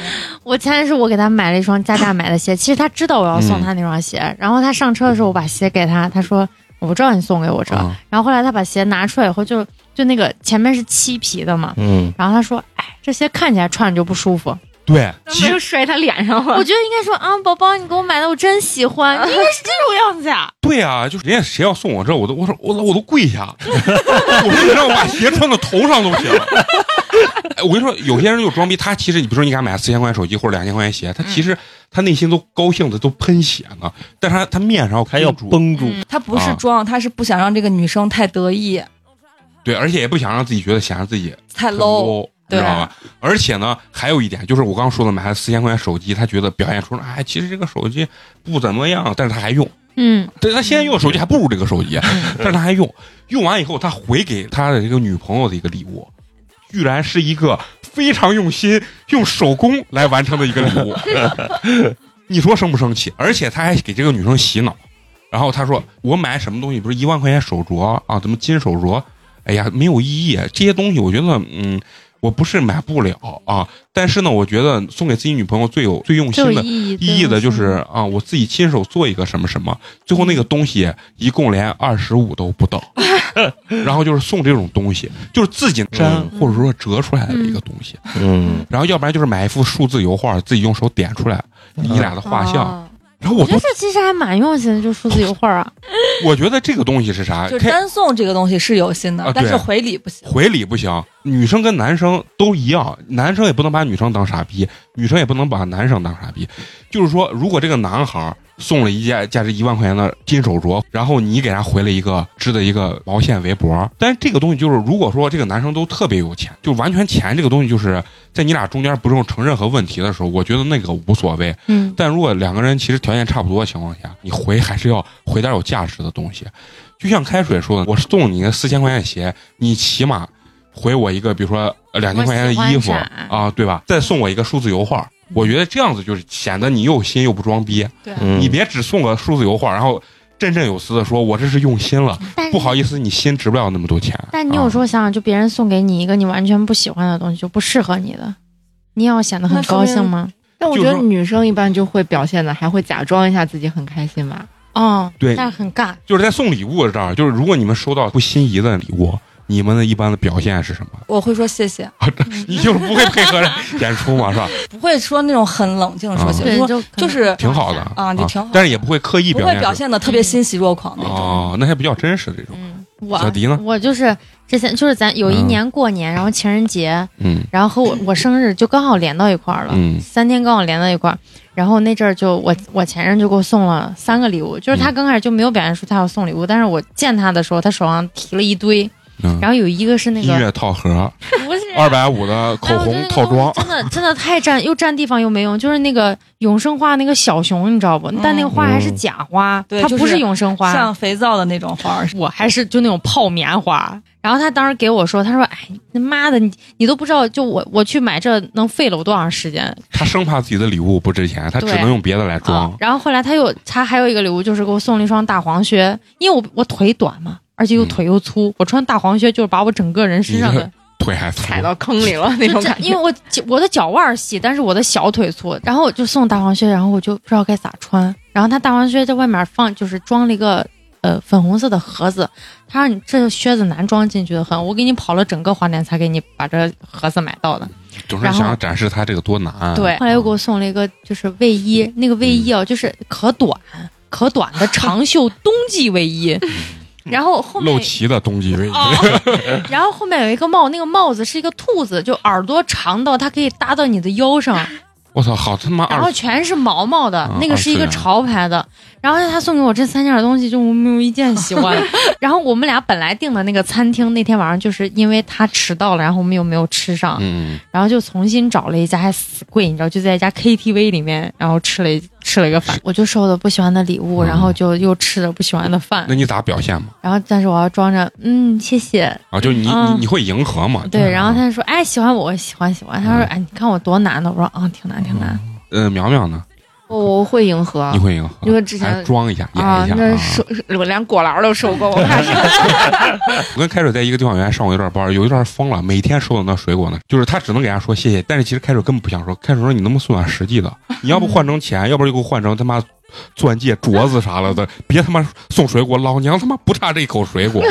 Speaker 7: 我前任是我给他买了一双加价买的鞋，其实他知道我要
Speaker 1: 嗯
Speaker 7: 送他那双鞋，然后他上车的时候我把鞋给他，他说我不知道你送给我这，
Speaker 1: 啊、
Speaker 7: 然后后来他把鞋拿出来以后就就那个前面是漆皮的嘛，
Speaker 4: 嗯，
Speaker 7: 然后他说哎这鞋看起来穿着就不舒服，
Speaker 1: 对，
Speaker 6: 没
Speaker 1: 其
Speaker 6: 有摔他脸上了
Speaker 7: 我。觉得应该说啊宝宝你给我买的我真喜欢，应该是这种样子呀，
Speaker 1: 对啊，就是人家谁要送我这，我都我说我我都跪下，我说你让我把鞋穿到头上都行。哎我跟你说，有些人就装逼，他其实你比如说你给他买四千块钱手机或者两千块钱鞋，他其实他内心都高兴的都喷血呢，但是他他面上
Speaker 4: 还要
Speaker 1: 绷住
Speaker 4: 绷住，
Speaker 3: 嗯他不是
Speaker 1: 啊
Speaker 3: 装，他是不想让这个女生太得意、
Speaker 1: 对，而且也不想让自己觉得显得自己
Speaker 3: 太
Speaker 1: 很
Speaker 3: low。
Speaker 1: low，你
Speaker 3: 对
Speaker 1: 知道吧？而且呢，还有一点就是我刚刚说的，买了四千块钱手机，他觉得表现出来，哎，其实这个手机不怎么样，但是他还用，
Speaker 7: 嗯，
Speaker 1: 但是他现在用的手机还不如这个手机，啊但是他还用，用完以后他回给他的这个女朋友的一个礼物，居然是一个非常用心用手工来完成的一个礼物， 你说生不生气？而且他还给这个女生洗脑，然后他说我买什么东西不是一万块钱手镯啊，怎么金手镯？哎呀，没有意义，这些东西我觉得嗯。我不是买不了啊，但是呢，我觉得送给自己女朋友最有最用心
Speaker 7: 这有
Speaker 1: 的
Speaker 7: 意义，
Speaker 1: 意义的就是啊，我自己亲手做一个什么什么，最后那个东西一共连二十五都不到，然后就是送这种东西，就是自己粘
Speaker 4: 嗯
Speaker 1: 或者说折出来的一个东西，
Speaker 4: 嗯，
Speaker 1: 然后要不然就是买一幅数字油画，自己用手点出来你俩的画像，
Speaker 7: 哦
Speaker 1: 然后
Speaker 7: 我
Speaker 1: 我
Speaker 7: 觉得
Speaker 1: 都
Speaker 7: 这其实还蛮用心的，就数字油画啊，
Speaker 1: 我觉得这个东西是啥？
Speaker 3: 就是
Speaker 1: 开
Speaker 3: 单送这个东西是有心的，
Speaker 1: 啊
Speaker 3: 但是
Speaker 1: 对
Speaker 3: 回礼不行。
Speaker 1: 回礼不行，女生跟男生都一样，男生也不能把女生当傻逼，女生也不能把男生当傻逼。就是说，如果这个男孩儿送了一件价值一万块钱的金手镯，然后你给他回了一个织的一个毛线围脖。但是这个东西就是，如果说这个男生都特别有钱，就完全钱这个东西就是在你俩中间不用成任何问题的时候，我觉得那个无所谓。
Speaker 7: 嗯，
Speaker 1: 但如果两个人其实条件差不多的情况下，你回还是要回点有价值的东西。就像开水说的，我送你四千块钱鞋，你起码回我一个，比如说两千块钱的衣服
Speaker 7: 我喜欢啥
Speaker 1: 啊，对吧？再送我一个数字油画，我觉得这样子就是显得你又新又不装逼。
Speaker 4: 嗯
Speaker 1: 你别只送个数字油画，然后振振有词的说我这是用心了，
Speaker 7: 但
Speaker 1: 不好意思，你心值不了那么多钱。
Speaker 7: 但你有时候想想，就别人送给你一个你完全不喜欢的东西，就不适合你的，你也要显得很高兴吗？
Speaker 8: 但我
Speaker 1: 就
Speaker 8: 觉
Speaker 1: 是
Speaker 8: 得
Speaker 1: 说
Speaker 8: 女生一般就会表现的，还会假装一下自己很开心吧。
Speaker 7: 哦，
Speaker 1: 对
Speaker 7: 但是很尬。
Speaker 1: 就是在送礼物这儿，就是如果你们收到不心仪的礼物，你们的一般的表现是什么？
Speaker 3: 我会说谢谢，
Speaker 1: 你就是不会配合着演出嘛，是吧？
Speaker 3: 不会说那种很冷静的说谢
Speaker 1: 嗯
Speaker 3: 谢，
Speaker 7: 对，
Speaker 3: 说
Speaker 7: 就
Speaker 3: 就
Speaker 7: 就是
Speaker 1: 挺好的
Speaker 3: 啊你挺好
Speaker 1: 但是也不会刻意
Speaker 3: 不
Speaker 1: 表
Speaker 3: 会
Speaker 1: 现
Speaker 3: 表现的特别欣喜若狂那种。
Speaker 1: 哦，那还比较真实的这种。
Speaker 8: 嗯，
Speaker 7: 我
Speaker 1: 小迪呢
Speaker 7: 我就是之前就是咱有一
Speaker 1: 嗯
Speaker 7: 年过年，然后情人节，
Speaker 1: 嗯
Speaker 7: 然后和我我生日就刚好连到一块儿了，
Speaker 1: 嗯
Speaker 7: 三天刚好连到一块儿。然后那阵儿就我我前任就给我送了三个礼物，就
Speaker 1: 嗯
Speaker 7: 是他刚开始就没有表现出他要送礼物，但是我见他的时候，他手上提了一堆，
Speaker 1: 嗯，
Speaker 7: 然后有一个是那
Speaker 1: 音
Speaker 7: 个
Speaker 1: 乐哦套盒，
Speaker 7: 不是
Speaker 1: 二百五的
Speaker 7: 哎
Speaker 1: 口
Speaker 7: 我觉得
Speaker 1: 红
Speaker 7: 那个
Speaker 1: 套装，
Speaker 7: 东西真的真的太占又占地方又没用，就是那个永生花那个小熊，你知道不？但那个花
Speaker 1: 嗯
Speaker 7: 还是假花，
Speaker 3: 对
Speaker 7: 它
Speaker 3: 就
Speaker 7: 不
Speaker 3: 是
Speaker 7: 永生花。
Speaker 3: 像肥皂的那种花儿，
Speaker 7: 我还是就那种泡棉花。然后他当时给我说，他说：“哎，你妈的，你你都不知道，就我我去买这能费了我多长时间
Speaker 1: 他生怕自己的礼物不值钱，他只
Speaker 7: 对
Speaker 1: 能用别的来
Speaker 7: 啊
Speaker 1: 装！”。
Speaker 7: 然后后来他又他还有一个礼物，就是给我送了一双大黄靴，因为我我腿短嘛，而且又
Speaker 1: 嗯
Speaker 7: 腿又粗，我穿大黄靴就是把我整个人身上
Speaker 1: 你
Speaker 7: 的
Speaker 1: 这腿还粗，
Speaker 8: 踩到坑里了那种
Speaker 7: 这
Speaker 8: 感觉。
Speaker 7: 因为我脚我的脚腕儿细，但是我的小腿粗，然后我就送大黄靴，然后我就不知道该咋穿。然后他大黄靴在外面放，就是装了一个呃粉红色的盒子，他让你这靴子难装进去的很，我给你跑了整个花店才给你把这盒子买到的。
Speaker 1: 总是
Speaker 7: 然后
Speaker 1: 想要展示他这个多难。
Speaker 7: 对，后来又给我送了一个就是卫衣，那个卫衣啊，就是可短可短的长袖冬季卫衣，然后后面哦
Speaker 1: 露脐的冬季卫衣，
Speaker 7: 然后后面有一个帽，那个帽子是一个兔子，就耳朵长到它可以搭到你的腰上。
Speaker 1: 我操，好他妈
Speaker 7: 然后
Speaker 1: 二
Speaker 7: 全是毛毛的，
Speaker 1: 嗯
Speaker 7: 那个是一
Speaker 1: 啊
Speaker 7: 个
Speaker 1: 是啊
Speaker 7: 潮牌的。然后他送给我这三件东西，就我没有一件喜欢。 然后我们俩本来订的那个餐厅，那天晚上就是因为他迟到了，然后我们又没有吃上，
Speaker 1: 嗯，
Speaker 7: 然后就重新找了一家，还死贵，你知道，就在一家 KTV 里面，然后吃了一吃了一个饭。我就收了不喜欢的礼物，
Speaker 1: 嗯
Speaker 7: 然后就又吃了不喜欢的饭
Speaker 1: 那，你咋表现嘛？
Speaker 7: 然后但是我要装着嗯谢谢，
Speaker 1: 啊，就你
Speaker 7: 嗯
Speaker 1: 你你会迎合嘛？
Speaker 7: 对，然后他就说哎喜欢我喜欢喜欢，他
Speaker 1: 嗯
Speaker 7: 说哎你看我多难的，我说啊挺难挺难，
Speaker 1: 呃，苗苗呢？
Speaker 8: 我我会迎合
Speaker 1: 你，会迎合？
Speaker 8: 因为之前
Speaker 1: 还装一下，演
Speaker 8: 啊
Speaker 1: 一，下
Speaker 8: 那收我连果篮都收过，我怕是
Speaker 1: 我跟开水在一个地方原来上过一段班，有一段疯了，每天收到那水果呢，就是他只能给人家说谢谢，但是其实开水根本不想说。开水说你能不能送点实 际的？你要不换成钱，要不然就给我换成他妈钻戒、镯子啥了的，别他妈送水果，老娘他妈不差这一口水 果。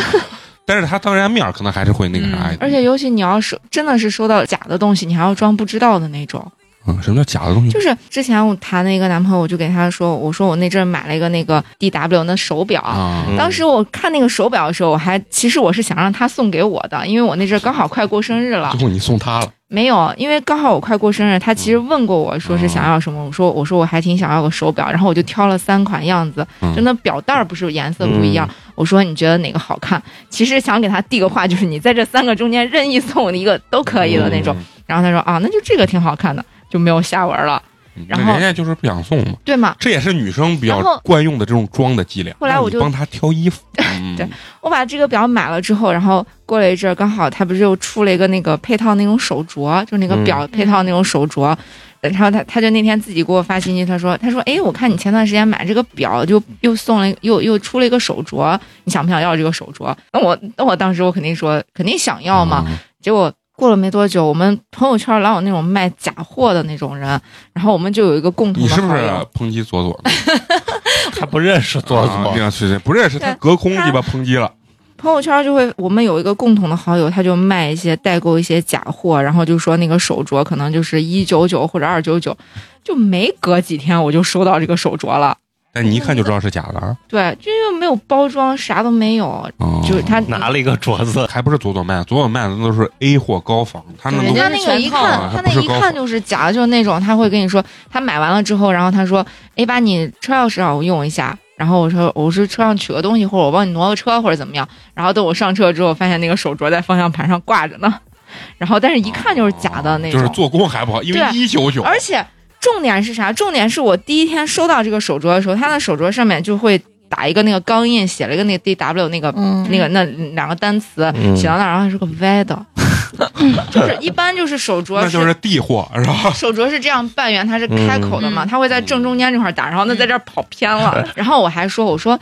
Speaker 1: 但是他当人家面儿可能还是会那个啥一点，
Speaker 8: 嗯而且尤其你要收，真的是收到假的东西，你还要装不知道的那种。
Speaker 1: 嗯，什么叫假的东西？
Speaker 8: 就是之前我谈了一个男朋友，我就给他说，我说我那阵儿买了一个那个 D W 那手表。
Speaker 1: 啊，
Speaker 4: 嗯
Speaker 8: 当时我看那个手表的时候，我还其实我是想让他送给我的，因为我那阵儿刚好快过生日了
Speaker 1: 最。后你送他了，
Speaker 8: 没有，因为刚好我快过生日，他其实问过我说是想要什么，我说我说我还挺想要个手表，然后我就挑了三款样子，
Speaker 1: 嗯
Speaker 8: 就那表带儿不是颜色不一样，我说你觉得哪个好看？其实想给他递个话，就是你在这三个中间任意送我一个都可以的那
Speaker 1: 嗯
Speaker 8: 种。然后他说啊，那就这个挺好看的，就没有下文了，
Speaker 1: 嗯。
Speaker 8: 然
Speaker 1: 那
Speaker 8: 后
Speaker 1: 人家就是不想送嘛，
Speaker 8: 对吗？
Speaker 1: 这也是女生比
Speaker 8: 然
Speaker 1: 较
Speaker 8: 后
Speaker 1: 惯用的这种装的伎俩。
Speaker 8: 后来
Speaker 1: 让
Speaker 8: 我
Speaker 1: 你
Speaker 8: 就
Speaker 1: 帮他挑衣服，嗯
Speaker 8: 对我把这个表买了之后，然后过了一阵儿，刚好他不是又出了一个那个配套那种手镯，就
Speaker 1: 嗯
Speaker 8: 那个表配套那种手镯。然后他他就那天自己给我发信息，他说他说哎，我看你前段时间买这个表，就又送了又又出了一个手镯，你想不想要这个手镯？那我那我当时我肯定说肯定想要嘛。
Speaker 1: 嗯
Speaker 8: 结果过了没多久，我们朋友圈老有那种卖假货的那种人，然后我们就有一个共同
Speaker 1: 你
Speaker 8: 的
Speaker 1: 是不
Speaker 8: 好
Speaker 1: 是
Speaker 8: 友。
Speaker 1: 抨击左左呢？
Speaker 4: 他不认识左
Speaker 1: 啊这
Speaker 4: 左，
Speaker 1: 样是是不认识他隔空鸡巴抨击了，
Speaker 8: 朋友圈就会，我们有一个共同的好友，他就卖一些代购一些假货，然后就说那个手镯可能就是一九九或者二九九，就没隔几天我就收到这个手镯了。
Speaker 1: 但你一看就知道是假的啊
Speaker 8: 对，就又没有包装，啥都没有，！
Speaker 1: 哦
Speaker 8: 就是他
Speaker 4: 拿了一个镯子，
Speaker 1: 还不是佐佐麦，佐佐麦那都是 A 货高仿，他那
Speaker 8: 人
Speaker 1: 都
Speaker 8: 家
Speaker 3: 都
Speaker 8: 那
Speaker 3: 是
Speaker 8: 个
Speaker 3: 全
Speaker 8: 一
Speaker 3: 套
Speaker 1: 啊
Speaker 8: 看，他
Speaker 1: 它不
Speaker 8: 那
Speaker 1: 是
Speaker 8: 一
Speaker 1: 高仿
Speaker 8: 看就是假的，就是那种他会跟你说，他买完了之后，然后他说，哎，把你车钥匙让我用一下，然后我说我是车上取个东西，或者我帮你挪个车，或者怎么样，然后等我上车之后，发现那个手镯在方向盘上挂着呢， 然后但是一看就是假的那种，
Speaker 1: 哦就是做工还不好，因为
Speaker 8: 对
Speaker 1: 一九九，
Speaker 8: 而且重点是啥？重点是我第一天收到这个手镯的时候，它的手镯上面就会打一个那个钢印，写了一个那个 D W 那个、
Speaker 3: 嗯
Speaker 8: 那个那两个单词，
Speaker 4: 嗯
Speaker 8: 写到那儿，然后还是个歪的， 就是一般就是手镯
Speaker 1: 那就是。D 货是吧？
Speaker 8: 手镯是这样半圆，它是开口的嘛，
Speaker 6: 嗯
Speaker 8: 它会在正中间这块打，然后那在这儿跑偏了。
Speaker 1: 嗯
Speaker 8: 然后我还说，我说，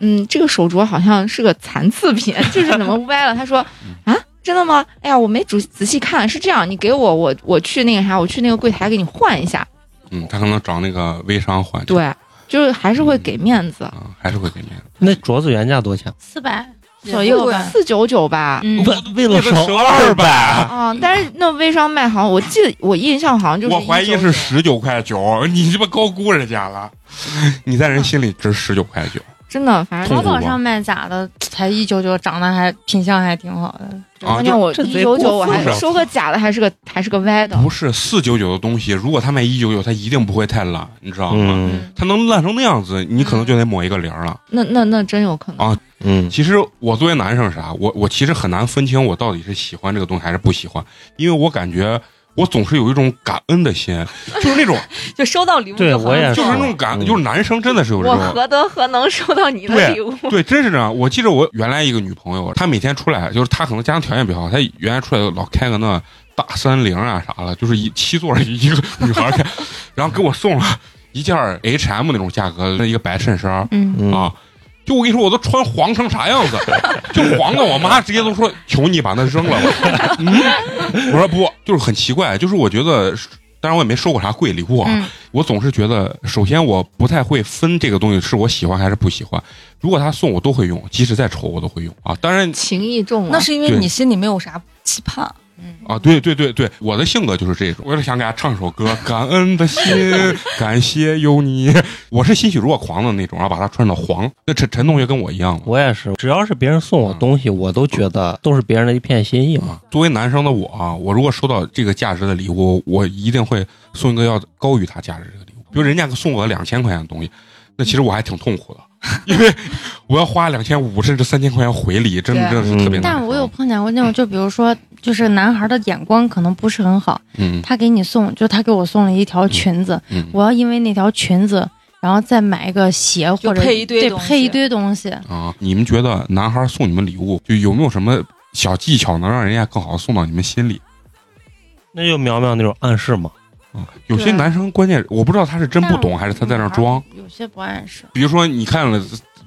Speaker 8: 嗯，这个手镯好像是个残次品，就是怎么 歪了？他说，
Speaker 1: 嗯
Speaker 8: 啊，真的吗？哎呀，我没仔仔细看，是这样，你给我，我我去那个啥，我去那个柜台给你换一下。
Speaker 1: 嗯，他可能找那个微商换去
Speaker 8: 对，就是还是会给面子，
Speaker 1: 啊，还是会给面子。
Speaker 4: 那镯子原价多少钱？
Speaker 7: 四百
Speaker 3: 左
Speaker 8: 有
Speaker 3: 右
Speaker 8: 个
Speaker 3: 吧。
Speaker 8: 四九九吧。
Speaker 7: 嗯，
Speaker 4: 为为了
Speaker 1: 那个
Speaker 4: 省
Speaker 1: 折
Speaker 4: 二百，
Speaker 8: 啊、但是那微商卖好像，我记得我印象好像就是
Speaker 1: 我怀疑是
Speaker 8: 199
Speaker 1: 十九块九，你鸡巴高估人家了， 你在人心里值十九块九
Speaker 8: 真的，反正
Speaker 1: 痛
Speaker 7: 淘
Speaker 1: 苦吧
Speaker 7: 宝上卖假的才一九九，长得还品相还挺好的。
Speaker 1: 啊！
Speaker 8: 关键
Speaker 1: 就
Speaker 8: 我
Speaker 4: 这
Speaker 8: 一
Speaker 4: 贼
Speaker 8: 九九，我
Speaker 1: 过分
Speaker 8: 还
Speaker 1: 了
Speaker 8: 收个假的，还是个还是个歪的。
Speaker 1: 不是四九九的东西，如果他卖一九九，他一定不会太烂，你知道吗？
Speaker 4: 嗯
Speaker 1: 他能烂成那样子，你可能就得抹一个零了。
Speaker 8: 那那那真有可能。
Speaker 1: 啊
Speaker 4: 嗯，
Speaker 1: 其实我作为男生是啥，我我其实很难分清我到底是喜欢这个东西还是不喜欢，因为我感觉我总是有一种感恩的心，就是那种
Speaker 3: 就收到礼物
Speaker 4: 对
Speaker 3: 就好
Speaker 4: 我也
Speaker 1: 就是那种感，就是男生真的是有这
Speaker 6: 我
Speaker 1: 种。
Speaker 6: 何德何能收到你的
Speaker 1: 对
Speaker 6: 礼物？
Speaker 1: 对，啊真是这样。我记得我原来一个女朋友，她每天出来，就是她可能家庭条件比较好，她原来出来老开个那大三菱啊啥的，就是一七座儿一个女孩儿开，然后给我送了一件 H M 那种价格的一个白衬衫儿，
Speaker 7: 嗯，
Speaker 4: 嗯
Speaker 1: 啊。就我跟你说，我都穿黄成啥样子， 就黄的，我妈直接都说求你把它扔了。我嗯，我说不，就是很奇怪，就是我觉得，当然我也没收过啥贵礼物啊，
Speaker 7: 嗯
Speaker 1: 我总是觉得，首先我不太会分这个东西是我喜欢还是不喜欢，如果他送我都会用，即使再丑我都会用啊。当然
Speaker 8: 情意重啊了，
Speaker 3: 那是因为
Speaker 1: 对
Speaker 3: 你心里没有啥期盼，
Speaker 1: 啊，对对对对，我的性格就是这种，我就想给他唱首歌，《感恩的心》，感谢有你。 我是欣喜若狂的那种，然后把它穿到黄。那陈陈同学跟我一样嘛。
Speaker 4: 我也是，只要是别人送我东西，我都觉得都是别人的一片心意嘛。
Speaker 1: 啊，作为男生的我啊，我如果收到这个价值的礼物，我一定会送一个要高于它价值的礼物。比如人家送我两千块钱的东西，那其实我还挺痛苦的，因 为我要花两千五甚至三千块钱回礼，真的真
Speaker 3: 对
Speaker 1: 的是特别难
Speaker 7: 但
Speaker 1: 受。
Speaker 7: 我有碰见过那种，就比如说，就是男孩的眼光可能不是很好，
Speaker 1: 嗯
Speaker 7: 他给你送，就他给我送了一条裙子，
Speaker 1: 嗯
Speaker 7: 我要因为那条裙子，然后再买一个鞋或者
Speaker 3: 就配一堆
Speaker 7: 对
Speaker 3: 东西
Speaker 7: 配一堆东西。
Speaker 1: 啊，你们觉得男孩送你们礼物，就有没有什么小技巧能让人家更好地送到你们心里？
Speaker 4: 那就苗苗那种暗示嘛，
Speaker 1: 啊，有些
Speaker 7: 对
Speaker 1: 男生关键我不知道他是真不懂还是他在那儿装。，
Speaker 7: 有些不暗示。
Speaker 1: 比如说你看了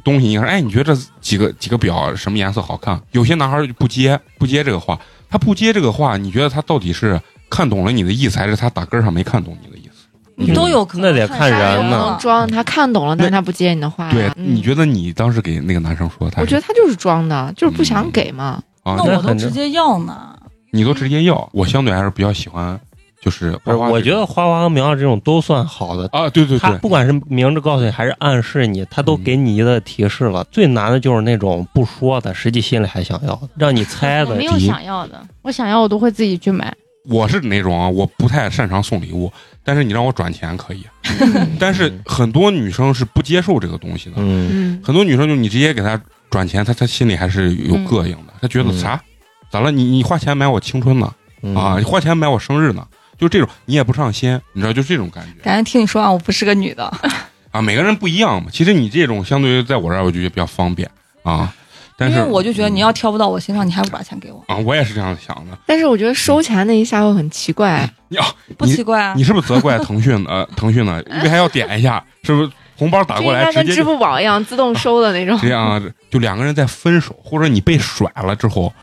Speaker 1: 东西，你看，哎，你觉得这几个几个表什么颜色好看？有些男孩就不接不接这个话，他不接这个话，你觉得他到底是看懂了你的意思，还是他打根儿上没看懂你的意思？
Speaker 4: 嗯
Speaker 3: 都有可能
Speaker 4: 那得看
Speaker 7: 啊
Speaker 4: 人呢。
Speaker 8: 装，他看懂了，但是他不接你的话。
Speaker 1: 对，
Speaker 8: 嗯
Speaker 1: 你觉得你当时给那个男生说他
Speaker 8: 我
Speaker 1: 是，
Speaker 8: 觉得他就是装的，就是不想给嘛。
Speaker 1: 啊
Speaker 3: 那，
Speaker 1: 你
Speaker 3: 我都直接要呢。
Speaker 1: 你
Speaker 8: 嗯
Speaker 1: 都直接要，我相对还是比较喜欢，就是
Speaker 4: 不是，
Speaker 1: 花花
Speaker 4: 我
Speaker 1: 这
Speaker 4: 觉得花花和苗苗这种都算好的。
Speaker 1: 啊，对对
Speaker 4: 他
Speaker 1: 对，
Speaker 4: 不管是明着告诉你还是暗示你，他都
Speaker 1: 嗯
Speaker 4: 给你一个提示了。最难的就是那种不说的，实际心里还想要的，让你猜
Speaker 7: 我
Speaker 4: 的
Speaker 7: 没。有想要的，我想要我都会自己去买。
Speaker 1: 我是那种啊，我不太擅长送礼物，但是你让我转钱可以，
Speaker 8: 嗯
Speaker 1: 但是很多女生是不接受这个东西的，
Speaker 4: 嗯，
Speaker 8: 嗯，
Speaker 1: 很多女生就你直接给她转钱，她她心里还是有膈应的，她觉得
Speaker 4: 嗯
Speaker 1: 啥？咋了？你你花钱买我青春呢？
Speaker 4: 嗯
Speaker 1: 啊，你花钱买我生日呢？就这种你也不上心，你知道就这种感觉
Speaker 3: 感觉听你说完，我不是个女的，嗯
Speaker 1: 啊。每个人不一样嘛。其实你这种相对于在我这儿，我就觉得比较方便啊。但
Speaker 3: 嗯因
Speaker 1: 是嗯
Speaker 3: 为我就觉得你要挑不到我身上，你还不把钱给我，
Speaker 1: 啊，我也是这样想的。
Speaker 8: 但是我觉得收钱那一下会很奇怪。
Speaker 1: 你啊，
Speaker 3: 不奇怪啊
Speaker 1: 你。是不是责怪腾讯呃腾讯呢？因为还要点一下，是不是红包打
Speaker 8: 就
Speaker 1: 过
Speaker 8: 应
Speaker 1: 来
Speaker 8: 该
Speaker 1: 直
Speaker 8: 跟
Speaker 1: 接
Speaker 8: 支
Speaker 1: 就
Speaker 8: 付宝一样自动收的那种。
Speaker 1: 这样啊，就两个人在分手，或者你被甩了之后，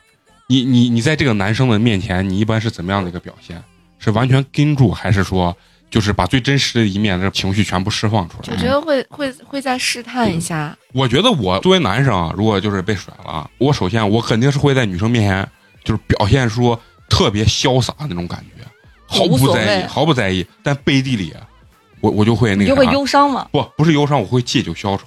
Speaker 1: 你你你在这个男生的面前，你一般是怎么样的一个表现？是完全跟住，还是说就是把最真实的一面的情绪全部释放出
Speaker 8: 我
Speaker 1: 来？嗯
Speaker 8: 觉得会会会再试探一下，
Speaker 1: 我觉得我作为男生啊，如果就是被甩了啊，我首先我肯定是会在女生面前就是表现出特别潇洒那种感觉，毫
Speaker 3: 我无
Speaker 1: 不
Speaker 3: 所
Speaker 1: 在意，
Speaker 3: 谓
Speaker 1: 毫不在意，但背地里啊我我就会那
Speaker 3: 你
Speaker 1: 个
Speaker 3: 就会
Speaker 1: 啥
Speaker 3: 忧伤嘛。
Speaker 1: 不不是忧伤，我会借酒消愁，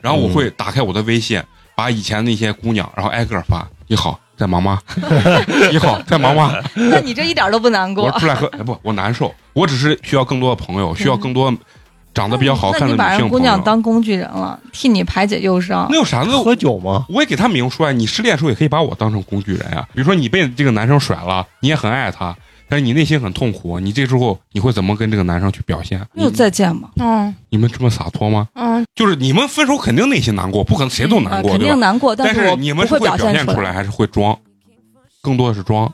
Speaker 1: 然后我会
Speaker 3: 嗯
Speaker 1: 打开我的微信，把以前那些姑娘，然后挨个发，你好，在忙吗？ 你好，在忙 吗？
Speaker 3: 那你这一点都不难
Speaker 1: 我
Speaker 3: 过
Speaker 1: 说。出来喝，哎不，我难受，我只是需要更多的朋友，需要更多长得比较好
Speaker 3: 那
Speaker 1: 看的
Speaker 3: 你把
Speaker 1: 女
Speaker 3: 人
Speaker 1: 性
Speaker 3: 姑
Speaker 1: 朋
Speaker 3: 娘
Speaker 1: 友。
Speaker 3: 当工具人了，替你排解忧伤
Speaker 1: 那。有啥呢？
Speaker 4: 喝酒吗？
Speaker 1: 我也给他明说啊，你失恋的时候也可以把我当成工具人啊。比如说你被这个男生甩了，你也很爱他，但是你内心很痛苦，你这时候你会怎么跟这个男生去表现？
Speaker 3: 又
Speaker 1: 你
Speaker 3: 再见嘛，
Speaker 7: 嗯
Speaker 1: 你们这么洒脱吗？
Speaker 7: 嗯，
Speaker 1: 就是你们分手肯定内心难过，不可能谁都难
Speaker 3: 啊，
Speaker 1: 过，
Speaker 3: 肯
Speaker 1: 对吧
Speaker 3: 定？难过，
Speaker 1: 但
Speaker 3: 是我
Speaker 1: 你们
Speaker 3: 不
Speaker 1: 是
Speaker 3: 会
Speaker 1: 表
Speaker 3: 现
Speaker 1: 现出来，还是会装？更多的是装。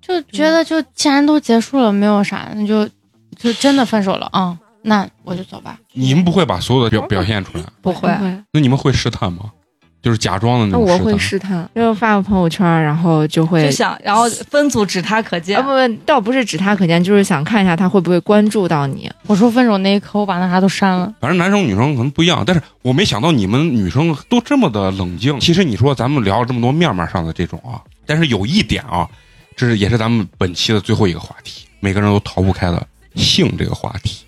Speaker 7: 就觉得就既然都结束了，没有啥，那就就真的分手了
Speaker 8: 嗯
Speaker 7: 啊、那我就走吧。
Speaker 1: 你们不会把所有的表表现出来，
Speaker 3: 不会。
Speaker 1: 那你们会试探吗？就是假装的那种
Speaker 8: 那我
Speaker 7: 嗯
Speaker 8: 会
Speaker 1: 试
Speaker 8: 试探，就发个朋友圈，然后就会
Speaker 3: 就想，然后分组指他可见
Speaker 8: 啊，不不，倒不是指他可见，就是想看一下他会不会关注到你。
Speaker 7: 我说分手那一刻，我把那啥都删了
Speaker 1: 探。。反正男生女生可能不一样，但是我没想到你们女生都这么的冷静。其实你说咱们聊了这么多面面上的这种啊，但是有一点啊，这是也是咱们本期的最后一个话题，每个人都逃不开的性这个话题。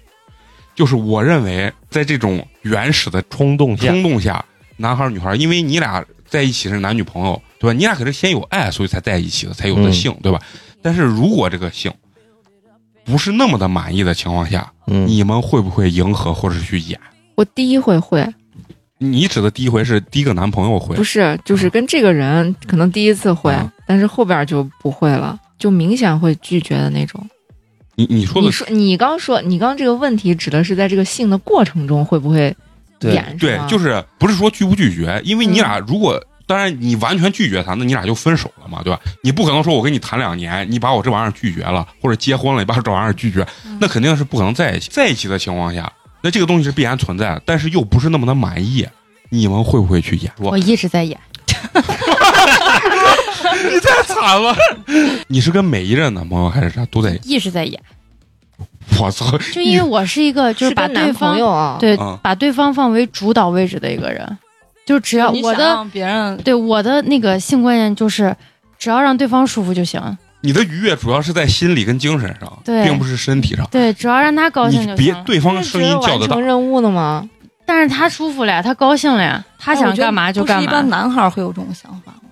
Speaker 1: 就是我认为，在这种原始的
Speaker 4: 冲动下，
Speaker 1: 冲动下，男孩儿女孩，儿，因为你俩在一起是男女朋友，对吧？你俩可是先有爱，所以才在一起的，才有的
Speaker 4: 嗯
Speaker 1: 性，对吧？但是如果这个性不是那么的满意的情况下，
Speaker 4: 嗯，
Speaker 1: 你们会不会迎合或者是去演？
Speaker 8: 我第一回会
Speaker 1: 你指的第一回是第一个男朋友会
Speaker 8: 不，是，就是跟这个人可能第一次会，
Speaker 1: 嗯
Speaker 8: 但是后边就不会了，就明显会拒绝的那种。
Speaker 1: 你你说的
Speaker 8: 你说你刚说你刚这个问题指的是在这个性的过程中会不会
Speaker 4: 对
Speaker 8: 演？
Speaker 1: 对
Speaker 8: 吗，
Speaker 1: 就是嗯不是说拒不拒绝？因为你俩如果、当然你完全拒绝他，那你俩就分手了嘛，对吧？你不可能说我跟你谈两年，你把我这玩意儿拒绝了，或者结婚了你把我这玩意儿拒绝，那肯定是不可能在一起。在一起的情况下，那这个东西是必然存在的，但是又不是那么的满意，你们会不会去演？
Speaker 7: 我
Speaker 1: 我
Speaker 7: 一直在演，
Speaker 1: 你太惨了， 你是跟每一任男朋友还是啥都在？
Speaker 7: 一直在演，
Speaker 1: 我操，
Speaker 7: 就因为我是一个就是把
Speaker 8: 跟
Speaker 7: 对
Speaker 8: 男
Speaker 7: 方
Speaker 8: 朋友啊，
Speaker 7: 对、
Speaker 1: 嗯
Speaker 7: 把对方放为主导位置的一个人，就只要
Speaker 3: 你
Speaker 7: 我
Speaker 3: 想
Speaker 7: 的
Speaker 3: 让别人
Speaker 7: 对我的那个性观念就是，只要让对方舒服就行。
Speaker 1: 你的愉悦主要是在心理跟精神上，
Speaker 7: 对
Speaker 1: 并不是身体上。
Speaker 7: 对，只要让他高兴
Speaker 1: 你
Speaker 7: 就
Speaker 1: 别
Speaker 7: 行。
Speaker 1: 对方的
Speaker 8: 只
Speaker 1: 声音
Speaker 8: 是
Speaker 1: 叫
Speaker 8: 完
Speaker 1: 得大
Speaker 8: 成，任务了吗？
Speaker 7: 但是他舒服了呀，他高兴了呀，他
Speaker 3: 哎我
Speaker 7: 想
Speaker 3: 觉得
Speaker 7: 干嘛就
Speaker 3: 不是
Speaker 7: 干
Speaker 3: 一般
Speaker 7: 嘛。
Speaker 3: 男孩会有这种想法吗？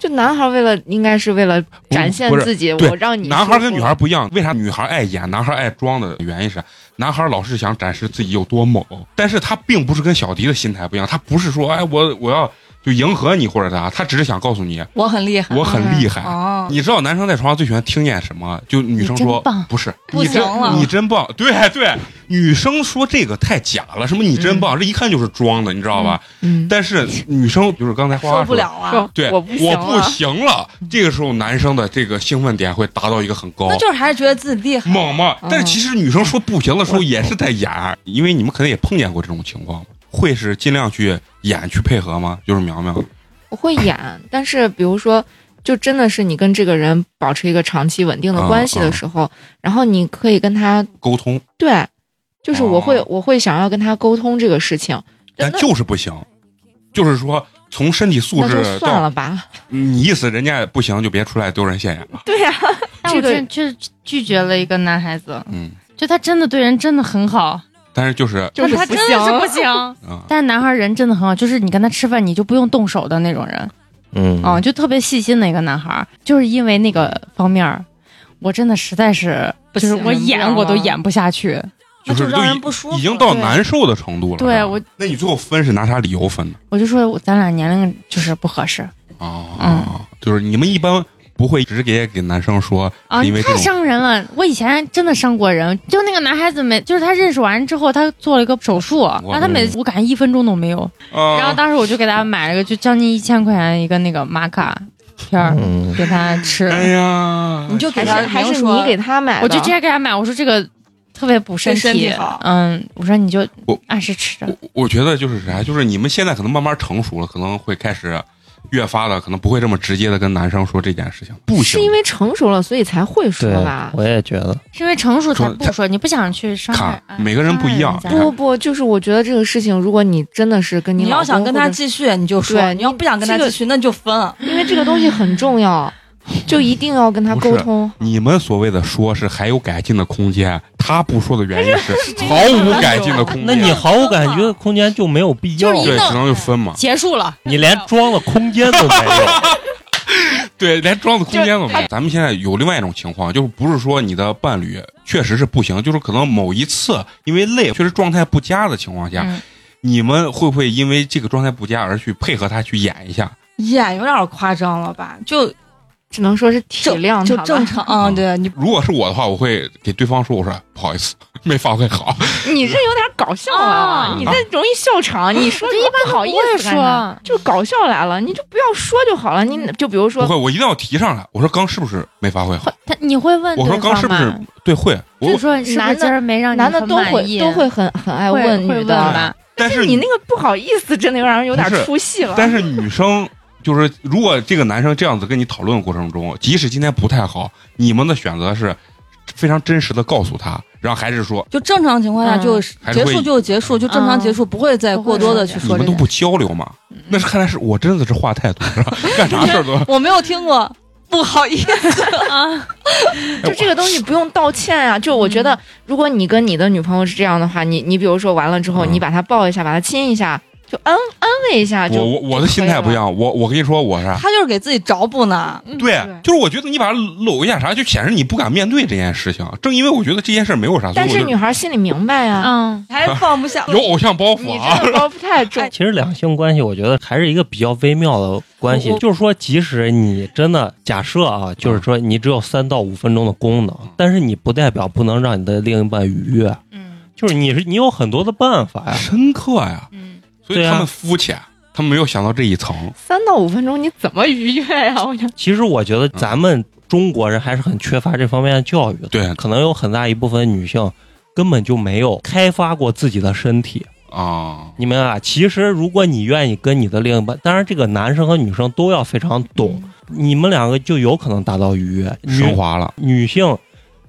Speaker 8: 就男孩为了应该是为了展现
Speaker 1: 嗯不是
Speaker 8: 自己，
Speaker 1: 对
Speaker 8: 我让你
Speaker 1: 男孩
Speaker 8: 舒
Speaker 1: 跟
Speaker 8: 服
Speaker 1: 女孩不一样，为啥女孩爱演，男孩爱装的原因是啥，男孩老是想展示自己有多猛，但是他并不是跟小迪的心态不一样，他不是说哎我我要就迎合你或者啥，他只是想告诉你
Speaker 3: 我很厉害，
Speaker 1: 我很厉害。
Speaker 3: 哦，
Speaker 1: 你知道男生在床上最喜欢听见什么？就女生
Speaker 7: 你真
Speaker 1: 说
Speaker 7: 棒
Speaker 1: 不是，
Speaker 3: 不
Speaker 1: 你真
Speaker 3: 行了
Speaker 1: 你真棒，对对，女生说这个太假了，什么你真棒，这一看就是装的，你知道吧？
Speaker 8: 嗯，
Speaker 1: 但是女生就是刚才花花
Speaker 3: 受
Speaker 1: 说
Speaker 3: 不了啊！
Speaker 1: 对，
Speaker 8: 我
Speaker 1: 我
Speaker 8: 不行了
Speaker 1: 不行了。这个时候，男生的这个兴奋点会达到一个很高
Speaker 3: 那。就是还是觉得自己厉害。
Speaker 1: 猛嘛！
Speaker 8: 嗯
Speaker 1: 但是其实女生说不行的时候也是在演，因为你们可能也碰见过这种情况，会是尽量去演去配合吗？就是苗苗，
Speaker 8: 我会演，但是比如说，就真的是你跟这个人保持一个长期稳定
Speaker 1: 嗯
Speaker 8: 的关系的时候，然后你可以跟他
Speaker 1: 沟通，
Speaker 8: 对，就是我会、
Speaker 1: 哦
Speaker 8: 我会想要跟他沟通这个事情，
Speaker 1: 但
Speaker 8: 那
Speaker 1: 就是不行，就是说从身体素
Speaker 8: 那就
Speaker 1: 质
Speaker 8: 算
Speaker 1: 到
Speaker 8: 了吧。
Speaker 1: 你意思，人家不行就别出来丢人现眼了。
Speaker 8: 对呀、
Speaker 7: 但
Speaker 8: 这
Speaker 7: 我
Speaker 8: 个
Speaker 7: 真就是拒绝了一个男孩子，
Speaker 1: 嗯，
Speaker 7: 就他真的对人真的很好，
Speaker 1: 但是就是
Speaker 8: 就
Speaker 7: 但
Speaker 8: 是
Speaker 7: 他
Speaker 8: 不
Speaker 7: 真的是不
Speaker 8: 行。
Speaker 7: 行。
Speaker 1: 啊，
Speaker 7: 但是男孩人真的很好，就是你跟他吃饭，你就不用动手的那种人，
Speaker 4: 嗯
Speaker 7: 啊，就特别细心的一个男孩。就是因为那个方面儿，我真的实在是，
Speaker 3: 不
Speaker 7: 就是
Speaker 3: 行
Speaker 7: 我
Speaker 3: 你不要
Speaker 7: 演我都
Speaker 3: 了
Speaker 7: 演不下去。
Speaker 3: 那
Speaker 1: 就是
Speaker 3: 就
Speaker 1: 都
Speaker 3: 让人
Speaker 1: 已
Speaker 3: 不舒服
Speaker 1: 已经到
Speaker 7: 对
Speaker 1: 难受的程度了。
Speaker 7: 对
Speaker 1: 是吧
Speaker 7: 我，
Speaker 1: 那你最后分是拿啥理由分的？
Speaker 7: 我就说我咱俩年龄就是不合适
Speaker 1: 哦，
Speaker 7: 嗯
Speaker 1: 就是你们一般不会直接给男生说，
Speaker 7: 啊！
Speaker 1: 是因
Speaker 7: 你
Speaker 1: 为这
Speaker 7: 太
Speaker 1: 种
Speaker 7: 伤人了，我以前真的伤过人。就那个男孩子每，就是他认识完之后，他做了一个手术，然后他每次我感觉一分钟都没有。
Speaker 1: 啊
Speaker 7: 然后当时我就给他买了个就将近一千块钱一个那个玛卡片儿
Speaker 4: 嗯，
Speaker 7: 给他吃，
Speaker 1: 哎呀，
Speaker 3: 你就给
Speaker 8: 还是
Speaker 3: 他
Speaker 8: 还
Speaker 3: 明
Speaker 8: 是
Speaker 3: 说
Speaker 8: 你给他买的，
Speaker 7: 我就直接给他买，我说这个特别补身
Speaker 3: 对身体好
Speaker 7: 嗯，我说你就
Speaker 1: 我
Speaker 7: 按时吃着，
Speaker 1: 我我觉得就是啥，就是你们现在可能慢慢成熟了，可能会开始越发的，可能不会这么直接的跟男生说这件事情，不行
Speaker 8: 是因，为成熟了，所以才会说
Speaker 4: 对
Speaker 8: 吧，。
Speaker 4: 我也觉得，
Speaker 7: 是因为成熟才
Speaker 1: 说
Speaker 7: 不说，你不想去伤害
Speaker 1: 看。
Speaker 7: 哎
Speaker 1: 每个人不一样
Speaker 7: 伤害
Speaker 1: 你
Speaker 7: 人
Speaker 1: 看
Speaker 7: 家
Speaker 8: 不不，就是我觉得这个事情，如果你真的是跟
Speaker 3: 你
Speaker 8: 老
Speaker 3: 要
Speaker 8: 公
Speaker 3: 想跟
Speaker 8: 或
Speaker 3: 他
Speaker 8: 者是
Speaker 3: 继续，你就说；
Speaker 8: 对
Speaker 3: 你要不想跟他
Speaker 8: 这个
Speaker 3: 继续，那你就分。
Speaker 8: 因为这个东西很重要。就一定要跟他沟通。
Speaker 1: 你们所谓的说是还有改进的空间，他不说的原因是毫无改进的空间。
Speaker 4: 那你毫无感觉的空间就没有必要
Speaker 7: 就，是一
Speaker 1: 对，
Speaker 7: 弄
Speaker 1: 只能就分嘛。
Speaker 7: 结束了，
Speaker 4: 你连装的空间都没有。
Speaker 1: 对，连装的空间都没
Speaker 7: 就
Speaker 1: 有。咱们现在有另外一种情况，就是不是说你的伴侣确实是不行，就是可能某一次因为累，确实状态不佳的情况下，
Speaker 7: 嗯
Speaker 1: 你们会不会因为这个状态不佳而去配合他去演一下？
Speaker 3: 演有点夸张了吧？就
Speaker 8: 只能说是体
Speaker 3: 正
Speaker 8: 谅
Speaker 3: 就
Speaker 8: 他
Speaker 3: 正 常
Speaker 8: 吧。
Speaker 3: 啊，对你
Speaker 1: 如果是我的话，我会给对方说，我说不好意思，没发挥好。
Speaker 8: 你这有点搞笑
Speaker 7: 啊
Speaker 8: 了，你这容易笑场。你说
Speaker 7: 我
Speaker 8: 这
Speaker 7: 就
Speaker 8: 一
Speaker 7: 一
Speaker 8: 般
Speaker 7: 般
Speaker 8: 好意思干啥，
Speaker 7: 说，
Speaker 8: 就搞笑来了，你就不要说就好了。你就比
Speaker 1: 嗯
Speaker 8: 如
Speaker 1: 不
Speaker 8: 说
Speaker 1: 会，我一定要提上来。我说刚是不是没发挥好？
Speaker 7: 会他你会问
Speaker 1: 我说
Speaker 7: 对方
Speaker 1: 刚是不是
Speaker 7: 吗？
Speaker 1: 对会？
Speaker 7: 哦就
Speaker 1: 我
Speaker 7: 说是不
Speaker 8: 男
Speaker 7: 是
Speaker 8: 的
Speaker 7: 今儿没让你
Speaker 8: 男的
Speaker 7: 很
Speaker 8: 都
Speaker 7: 满
Speaker 8: 会
Speaker 7: 意
Speaker 8: 都会很很爱
Speaker 7: 会
Speaker 8: 问
Speaker 7: 会
Speaker 8: 女
Speaker 7: 问
Speaker 8: 的，
Speaker 7: 吧？
Speaker 1: 但是
Speaker 8: 你那个不好意思，真的让人有点
Speaker 1: 不是
Speaker 8: 出戏了。
Speaker 1: 但是女生就是，如果这个男生这样子跟你讨论的过程中，即使今天不太好，你们的选择是非常真实的告诉他，然后还是说
Speaker 3: 就正常情况下
Speaker 8: 嗯
Speaker 3: 就
Speaker 1: 还是
Speaker 3: 结
Speaker 1: 会
Speaker 3: 束就结束，就正常结束，嗯不会再过多的去
Speaker 1: 你
Speaker 3: 说
Speaker 1: 们
Speaker 3: 这
Speaker 1: 都
Speaker 3: 个。
Speaker 1: 不交流嘛？那是看来是我真的是话太多了，干啥事儿都。
Speaker 3: 我没有听过，不好意思，
Speaker 8: 就这个东西不用道歉呀、就我觉
Speaker 1: 嗯
Speaker 8: 得，如果你跟你的女朋友是这样的话，你你比如说完了之后，
Speaker 1: 嗯
Speaker 8: 你把她抱一下，把她亲一下，就安安慰一下，就
Speaker 1: 我我我的
Speaker 8: 就可
Speaker 1: 心
Speaker 8: 以
Speaker 1: 态不一
Speaker 8: 了
Speaker 1: 样，我我跟你说我是
Speaker 3: 他就是给自己找补呢。
Speaker 1: 嗯对，啊
Speaker 8: 嗯
Speaker 1: 就是我觉得你把它搂一下啥，就显示你不敢面对这件事情。正因为我觉得这件事儿没有啥，所
Speaker 8: 但
Speaker 1: 以我
Speaker 8: 是
Speaker 1: 就
Speaker 8: 女孩心里明白呀、
Speaker 7: 嗯，
Speaker 3: 还放不下
Speaker 1: 有偶像包袱
Speaker 8: 你
Speaker 1: 啊。
Speaker 8: 这个包袱太 重。
Speaker 4: 其实两性关系，我觉得还是一个比较微妙的关系
Speaker 3: 我，
Speaker 4: 就是说，即使你真的假设啊，就是说你只有三到五分钟的功能，但是你不代表不能让你的另一半愉悦。
Speaker 7: 嗯
Speaker 4: 就是你是你有很多的办法呀，
Speaker 1: 深刻呀，
Speaker 7: 嗯，
Speaker 1: 所以他们肤浅，他们没有想到这一层。
Speaker 8: 三到五分钟你怎么愉悦呀、我觉得
Speaker 4: 其实我觉得咱们中国人还是很缺乏这方面的教育的，
Speaker 1: 对
Speaker 4: 可能有很大一部分女性根本就没有开发过自己的身体。
Speaker 1: 啊，
Speaker 4: 你们啊，其实如果你愿意跟你的另一半，当然这个男生和女生都要非常懂，你们两个就有可能达到愉悦。
Speaker 1: 升
Speaker 4: 女
Speaker 1: 华了。
Speaker 4: 女性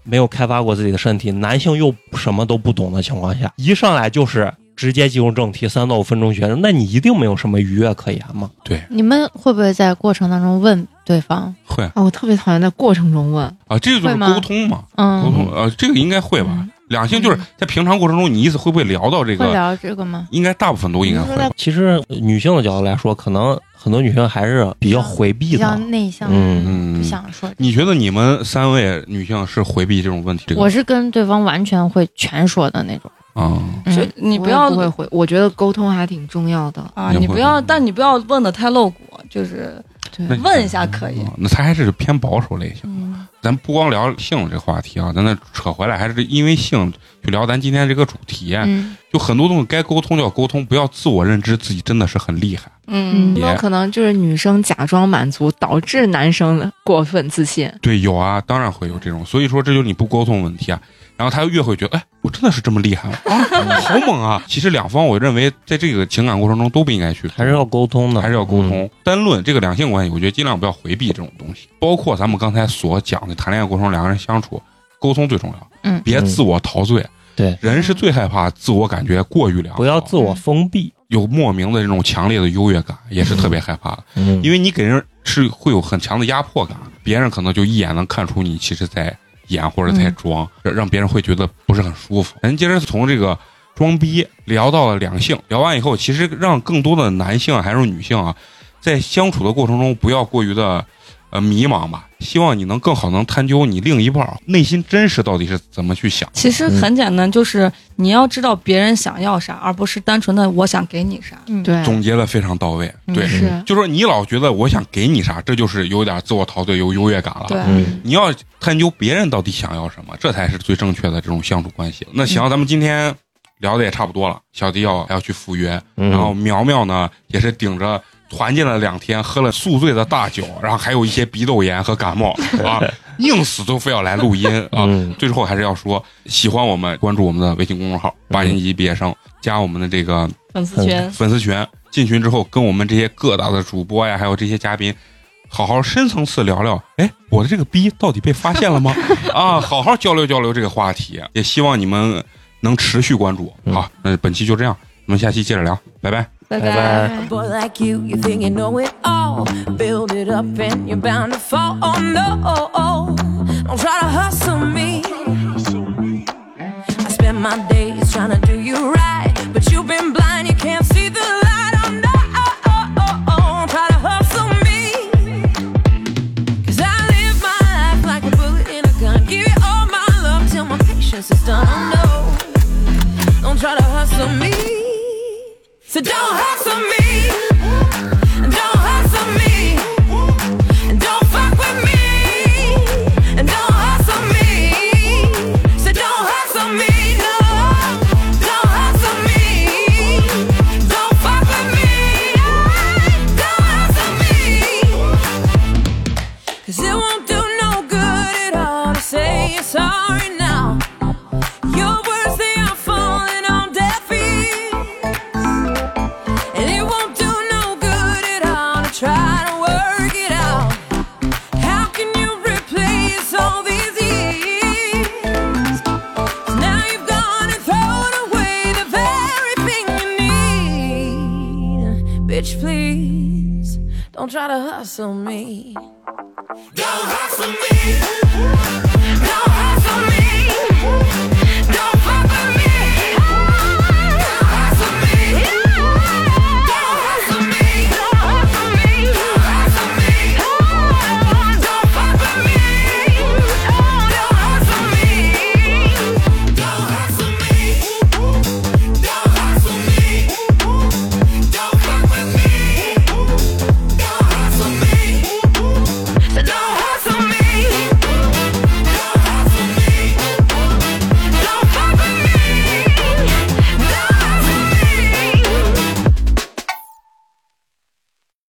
Speaker 4: 没有开发过自己的身体，男性又什么都不懂的情况下，一上来就是直接进入正题，三到五分钟学生，那你一定没有什么愉悦可言嘛。
Speaker 7: 你们会不会在过程当中问对方？
Speaker 1: 会
Speaker 8: 啊，我特别讨厌在过程中问，
Speaker 1: 啊，这个就是
Speaker 7: 会吗
Speaker 1: 沟通嘛，沟
Speaker 7: 嗯，
Speaker 1: 通呃，这个应该会吧
Speaker 7: 嗯。
Speaker 1: 两性就是在平常过程中，你意思会不会聊到这
Speaker 7: 会嗯
Speaker 1: 个？
Speaker 7: 聊这个吗？
Speaker 1: 应该大部分都应该会吧。
Speaker 4: 其实女性的角度来说，可能很多女性还是比较回避
Speaker 7: 比较
Speaker 4: 的。
Speaker 7: 内向，
Speaker 4: 嗯
Speaker 1: 嗯
Speaker 7: 不想说。
Speaker 1: 你觉得你们三位女性是回避这种问题？这个
Speaker 7: 我是跟对方完全会全说的那种，
Speaker 1: 啊，
Speaker 3: 就
Speaker 7: 嗯，
Speaker 3: 你
Speaker 8: 我
Speaker 3: 不
Speaker 8: 也
Speaker 3: 要
Speaker 8: 不会回，我觉得沟通还挺重要的。
Speaker 3: 啊，
Speaker 1: 也
Speaker 3: 你
Speaker 1: 会
Speaker 3: 不要，但你不要问的太露骨，就是
Speaker 8: 对
Speaker 1: 那，你
Speaker 3: 问一下可以。
Speaker 1: 啊那他还是偏保守类型。
Speaker 8: 嗯，
Speaker 1: 咱不光聊性这个话题啊，咱再扯回来，还是因为性去聊咱今天这个主题。啊
Speaker 7: 嗯，
Speaker 1: 就很多东西该沟通就要沟通，不要自我认知自己真的是很厉害。
Speaker 3: 嗯
Speaker 1: 也
Speaker 8: 那可能就是女生假装满足，导致男生的过分自信。
Speaker 1: 对，有啊，当然会有这种，所以说这就是你不沟通问题啊。然后他越会觉得，哎，我真的是这么厉害吗？啊，好猛啊！其实两方，我认为在这个情感过程中都不应该去，
Speaker 4: 还是要沟通的，
Speaker 1: 还是要沟
Speaker 4: 嗯。
Speaker 1: 通。单论这个两性关系，我觉得尽量不要回避这种东西，包括咱们刚才所讲的谈恋爱过程中两个人相处，沟通最重要。
Speaker 7: 嗯
Speaker 1: 别自我陶醉。
Speaker 4: 对，
Speaker 1: 人是最害怕自我感觉过于良好，
Speaker 4: 不要自我封闭，
Speaker 1: 有莫名的这种强烈的优越感，也是特别害怕的。
Speaker 4: 嗯
Speaker 1: 因为你给人是会有很强的压迫感，别人可能就一眼能看出你其实在演或者在装，让让别人会觉得不是很舒服。咱接着从这个装逼聊到了两性，聊完以后，其实让更多的男性还是女性啊，在相处的过程中不要过于的呃迷茫吧。希望你能更好能探究你另一半儿内心真实到底是怎么去想。
Speaker 3: 其实很简单，就是你要知道别人想要啥，而不是单纯的我想给你啥。
Speaker 8: 对，嗯
Speaker 1: 总结的非常到位，对，嗯
Speaker 8: 是
Speaker 1: 就说你老觉得我想给你啥，这就是有点自我陶醉、有优越感了。
Speaker 3: 对，
Speaker 4: 嗯，
Speaker 1: 你要探究别人到底想要什么，这才是最正确的这种相处关系。那行，
Speaker 4: 嗯
Speaker 1: 咱们今天聊的也差不多了，小迪要还要去赴约，
Speaker 4: 嗯
Speaker 1: 然后苗苗呢也是顶着。团建了两天，喝了宿醉的大酒，然后还有一些鼻窦炎和感 冒啊，硬死都非要来录音啊。
Speaker 4: 嗯
Speaker 1: 最后还是要说，喜欢我们，关注我们的微信公众号“八年级毕业生”，加我们的这个
Speaker 3: 粉丝群
Speaker 1: 粉丝群，进群之后跟我们这些各大的主播呀，还有这些嘉宾，好好深层次聊聊。哎，我的这个逼到底被发现了吗？啊，好好交流交流这个话题，也希望你们能持续关注。好，那本期就这样，我们下期接着聊，拜拜。
Speaker 7: 嗯
Speaker 3: 拜
Speaker 4: 拜拜。
Speaker 2: A boy like you, you think you know it all. Build it up and you're bound to fall. Oh no, don't try to hustle me. I spend my days trying to do you right, but you've been blind, you can't see the light. Oh no, don't try to hustle me. Cause I live my life like a bullet in a gun. Give you all my love till my patience is done. Oh no, don't try to hustle me. So don't hustle me. Don't hustle me. Don't fuck with me. Don't hustle me. So don't hustle me. No. Don't hustle me. Don't fuck with me. Don't hustle me. Cause it won't do no good at all to say you're sorry now. Your words, they are falling on deaf ears. And it won't do no good at all to try to work it out. How can you replace all these years? Now you've gone and thrown away the very thing you need. Bitch, please, don't try to hustle me. Don't hustle me.